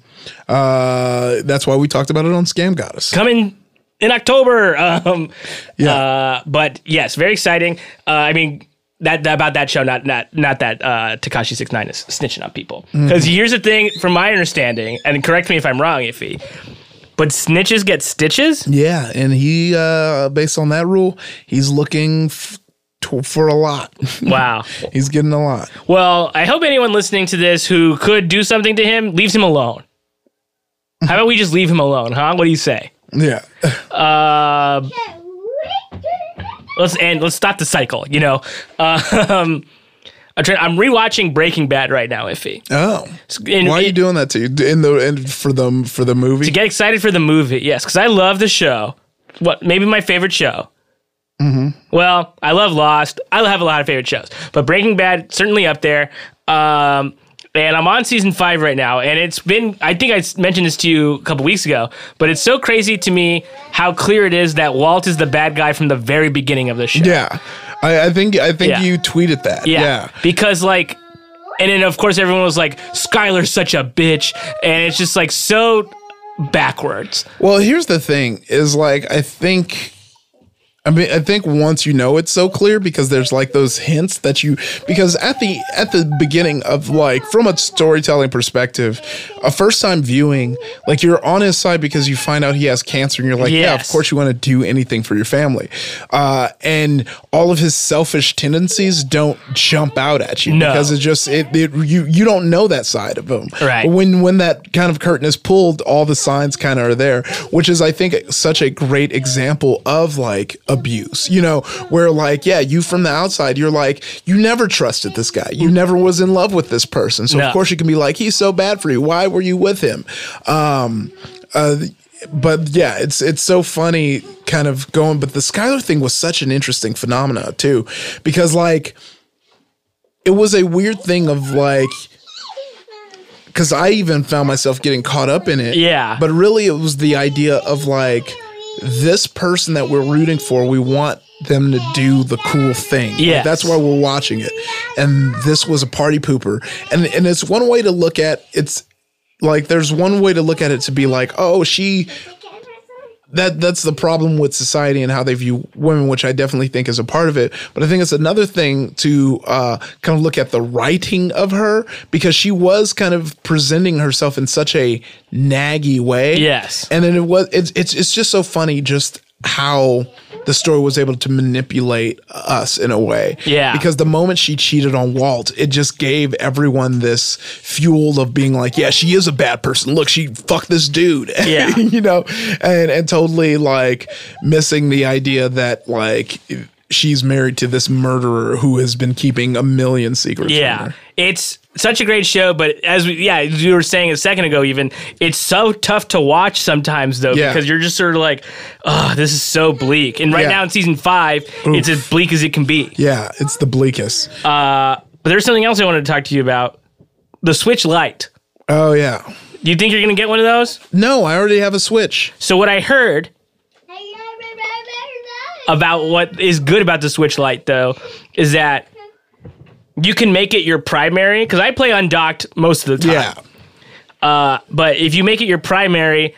[SPEAKER 1] Uh, that's why we talked about it on Scam Goddess.
[SPEAKER 2] Coming in October. Um,
[SPEAKER 1] Yeah.
[SPEAKER 2] uh, but yes, very exciting. Uh, I mean, that, that- about that show, not not not that uh, Takashi Six Nine is snitching on people. Because here's the thing, from my understanding, and correct me if I'm wrong, Iffy, but snitches get stitches.
[SPEAKER 1] Yeah, and he, uh, based on that rule, he's looking f- to, for a lot.
[SPEAKER 2] Wow.
[SPEAKER 1] he's getting a lot.
[SPEAKER 2] Well, I hope anyone listening to this who could do something to him leaves him alone. How about we just leave him alone, huh? What do you say?
[SPEAKER 1] Yeah,
[SPEAKER 2] Uh, let's end. Let's stop the cycle. You know, uh, um, I'm, trying, I'm rewatching Breaking Bad right now, Iffy.
[SPEAKER 1] Oh,
[SPEAKER 2] And
[SPEAKER 1] why are you
[SPEAKER 2] it-
[SPEAKER 1] doing that to you in the in, for the for the movie?
[SPEAKER 2] to get excited for the movie? Yes, because I love the show. What maybe my favorite show. Mm-hmm. Well, I love Lost. I have a lot of favorite shows, but Breaking Bad certainly up there. Um, and I'm on season five right now, and it's been. I think I s- mentioned this to you a couple weeks ago, but it's so crazy to me how clear it is that Walt is the bad guy from the very beginning of the show.
[SPEAKER 1] yeah, I, I think I think
[SPEAKER 2] Yeah.
[SPEAKER 1] you tweeted that.
[SPEAKER 2] Yeah.
[SPEAKER 1] Yeah,
[SPEAKER 2] Because like and then of course everyone was like, Skylar's such a bitch. And it's just like so backwards.
[SPEAKER 1] Well, here's the thing is like I think I mean I think once you know it's so clear because there's like those hints that you because at the at the beginning of like from a storytelling perspective, a first time viewing, like you're on his side because you find out he has cancer and you're like, yeah, of
[SPEAKER 2] Yes.
[SPEAKER 1] course you want to do anything for your family. Uh and all of his selfish tendencies don't jump out at you
[SPEAKER 2] No.
[SPEAKER 1] because it just it, it you you don't know that side of him.
[SPEAKER 2] Right.
[SPEAKER 1] But when when that kind of curtain is pulled, all the signs kind of are there, which is I think such a great example of like abuse. You know, where like yeah, you from the outside, you're like you never trusted this guy, you never was in love with this person, so
[SPEAKER 2] No.
[SPEAKER 1] of course you can be like he's so bad for you. Why were you with him? Um, uh, but yeah, it's it's so funny, kind of going. But the Skylar thing was such an interesting phenomena too, because like it was a weird thing of like because I even found myself getting caught up in it.
[SPEAKER 2] Yeah.
[SPEAKER 1] But really, it was the idea of like this person that we're rooting for, we want them to do the cool thing. Like,
[SPEAKER 2] Yes.
[SPEAKER 1] that's why we're watching it. And this was a party pooper. And and it's one way to look at it's like there's one way to look at it to be like, oh, she that that's the problem with society and how they view women, which I definitely think is a part of it. But I think it's another thing to uh, kind of look at the writing of her because she was kind of presenting herself in such a naggy way.
[SPEAKER 2] Yes.
[SPEAKER 1] and then it was it's it's it's just so funny just how the story was able to manipulate us in a way.
[SPEAKER 2] Yeah.
[SPEAKER 1] because the moment she cheated on Walt, it just gave everyone this fuel of being like, yeah, she is a bad person. Look, she fucked this dude.
[SPEAKER 2] Yeah.
[SPEAKER 1] you know, and and totally like missing the idea that like she's married to this murderer who has been keeping a million secrets. from
[SPEAKER 2] Yeah,
[SPEAKER 1] her.
[SPEAKER 2] it's such a great show. But as we, yeah, as you were saying a second ago, even it's so tough to watch sometimes though
[SPEAKER 1] Yeah.
[SPEAKER 2] because you're just sort of like, oh, this is so bleak. And right
[SPEAKER 1] Yeah.
[SPEAKER 2] now in season five, it's as bleak as it can be.
[SPEAKER 1] yeah, it's the bleakest.
[SPEAKER 2] But there's something else I wanted to talk to you about: the Switch Lite.
[SPEAKER 1] Oh yeah,
[SPEAKER 2] Do you think you're gonna get one of those?
[SPEAKER 1] no, I already have a switch.
[SPEAKER 2] So what I heard about what is good about the Switch Lite though is that you can make it your primary because I play undocked most of the time.
[SPEAKER 1] Yeah,
[SPEAKER 2] But if you make it your primary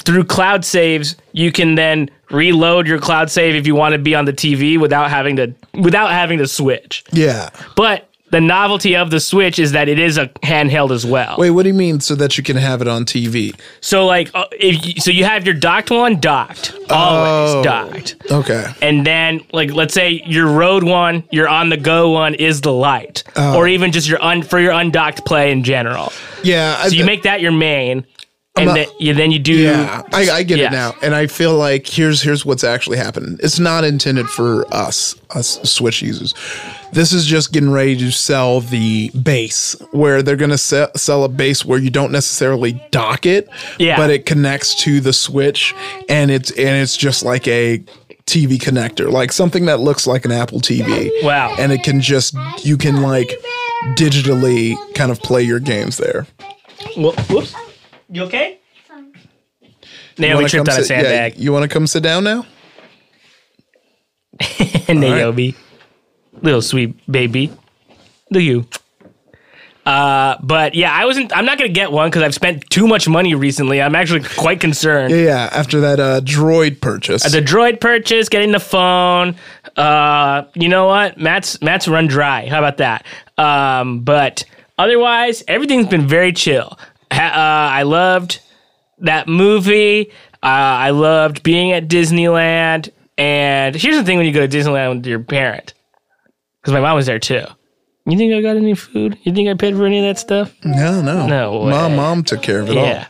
[SPEAKER 2] through cloud saves, you can then reload your cloud save if you want to be on the TV without having to without having to switch.
[SPEAKER 1] yeah.
[SPEAKER 2] But the novelty of the Switch is that it is a handheld as well.
[SPEAKER 1] Wait, what do you mean? So that you can have it on TV?
[SPEAKER 2] So like uh, if you, so you have your docked one docked, always
[SPEAKER 1] Oh.
[SPEAKER 2] docked.
[SPEAKER 1] Okay.
[SPEAKER 2] And then like let's say your road one, your on the go one is the light
[SPEAKER 1] Oh.
[SPEAKER 2] or even just your un, for your undocked play in general.
[SPEAKER 1] Yeah. I,
[SPEAKER 2] So you make that your main and
[SPEAKER 1] a-
[SPEAKER 2] then you then you do
[SPEAKER 1] Yeah, I, I get
[SPEAKER 2] Yeah.
[SPEAKER 1] it now, and I feel like here's here's what's actually happening. It's not intended for us, us Switch users. This is just getting ready to sell the base, where they're gonna sell, sell a base where you don't necessarily dock it,
[SPEAKER 2] Yeah.
[SPEAKER 1] but it connects to the Switch, and it's and it's just like a TV connector, like something that looks like an Apple TV.
[SPEAKER 2] Wow.
[SPEAKER 1] And it can just you can like digitally kind of play your games there.
[SPEAKER 2] Well, whoops. You okay? Naomi
[SPEAKER 1] Wanna
[SPEAKER 2] tripped
[SPEAKER 1] come
[SPEAKER 2] on a
[SPEAKER 1] sit- yeah,
[SPEAKER 2] sandbag.
[SPEAKER 1] you want to come sit down now?
[SPEAKER 2] and Naomi, little sweet baby, do you? Uh, but yeah, I wasn't. I'm not gonna get one because I've spent too much money recently. I'm actually quite concerned.
[SPEAKER 1] Yeah, after that uh, droid purchase.
[SPEAKER 2] The droid purchase, getting the phone. Uh, you know what? Matt's Matt's run dry. How about that? Um, but otherwise, everything's been very chill. Ha- uh, I loved that movie. Uh, I loved being at Disneyland. And here's the thing: when you go to Disneyland with your parent, because my mom was there too. You think I got any food? You think I paid for any of that stuff?
[SPEAKER 1] no, no,
[SPEAKER 2] No
[SPEAKER 1] My
[SPEAKER 2] way.
[SPEAKER 1] mom took care of it
[SPEAKER 2] Yeah.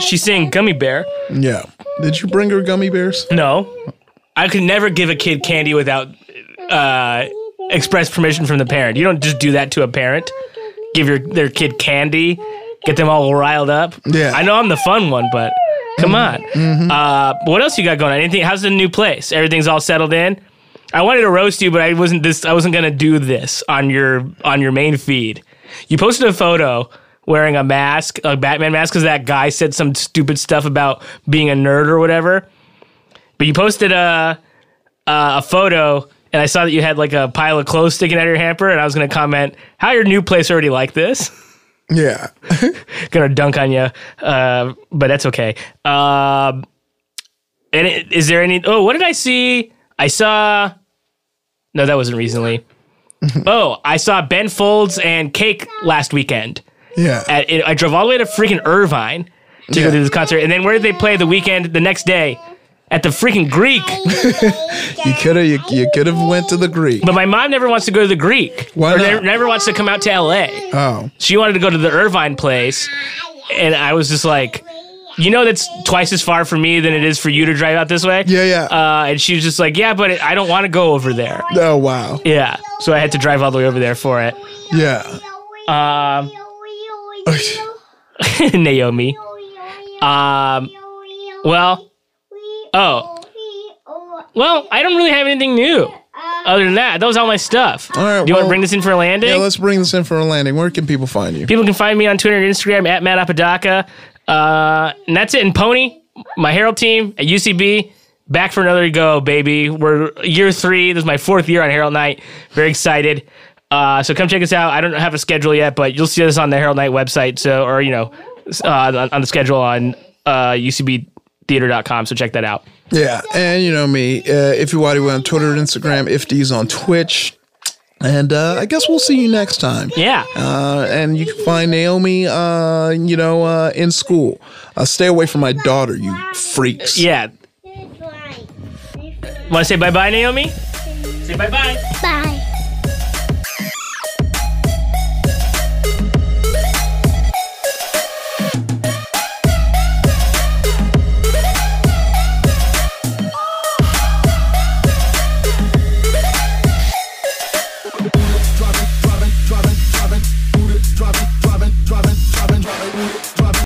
[SPEAKER 2] She's saying gummy bear.
[SPEAKER 1] all. Yeah. Did you bring her gummy bears?
[SPEAKER 2] No, I could never give a kid candy without uh, express permission from the parent. You don't just do that to a parent. Give your their kid candy, get them all riled up.
[SPEAKER 1] Yeah.
[SPEAKER 2] I know I'm the fun one, but come on. Uh, what else you got going on? Anything? How's the new place? Everything's all settled in. I wanted to roast you, but I wasn't this. I wasn't gonna do this on your on your main feed. You posted a photo wearing a mask, a Batman mask, because that guy said some stupid stuff about being a nerd or whatever. But you posted a a photo, and I saw that you had like a pile of clothes sticking out of your hamper, and I was gonna comment how your new place already like this.
[SPEAKER 1] Yeah.
[SPEAKER 2] gonna dunk on you, uh, but that's okay. Um and it, is there any? Oh, what did I see? I saw. No, that wasn't recently. oh, I saw Ben Folds and Cake last weekend.
[SPEAKER 1] Yeah.
[SPEAKER 2] At, I drove all the way to freaking Irvine to go
[SPEAKER 1] Yeah.
[SPEAKER 2] to this concert, and then where did they play the weekend? The next day, at the freaking Greek.
[SPEAKER 1] You could have you, you could have went to the Greek.
[SPEAKER 2] But my mom never wants to go to the Greek.
[SPEAKER 1] Why
[SPEAKER 2] or
[SPEAKER 1] not?
[SPEAKER 2] never, never wants to come out to LA.
[SPEAKER 1] Oh.
[SPEAKER 2] She wanted to go to the Irvine place. And I was just like, you know, that's twice as far for me than it is for you to drive out this way.
[SPEAKER 1] Yeah, yeah.
[SPEAKER 2] Uh, and she was just like, yeah, but it, I don't want to go over there.
[SPEAKER 1] oh wow.
[SPEAKER 2] Yeah. So I had to drive all the way over there for it.
[SPEAKER 1] Yeah.
[SPEAKER 2] Um,
[SPEAKER 1] Oh.
[SPEAKER 2] Uh, Naomi. Um, well, oh. Well, I don't really have anything new other than that. That was all my stuff.
[SPEAKER 1] All right,
[SPEAKER 2] Do you
[SPEAKER 1] well-
[SPEAKER 2] want to bring this in for a landing?
[SPEAKER 1] Yeah, let's bring this in for a landing. Where can people find you?
[SPEAKER 2] People can find me on Twitter and Instagram at Matt Apodaca. Uh, and that's it. And Pony, my Herald team at UCB, back for another go, baby. We're year three. This is my fourth year on Herald Night. Very excited. Uh, so come check us out. I don't have a schedule yet, but you'll see us on the Herald Night website. So, or, you know, s- uh, on, on the schedule on uh, UCBtheater.com. So check that out.
[SPEAKER 1] Yeah, and you know me, uh, Ifywaddy on Twitter and Instagram, Ifd's on Twitch. And uh, I guess we'll see you next time.
[SPEAKER 2] Yeah.
[SPEAKER 1] Uh, and you can find Naomi, uh, you know, uh, in school. Uh, stay away from my daughter, you freaks.
[SPEAKER 2] Yeah. Want to say bye bye, Naomi? Say bye bye.
[SPEAKER 3] Bye.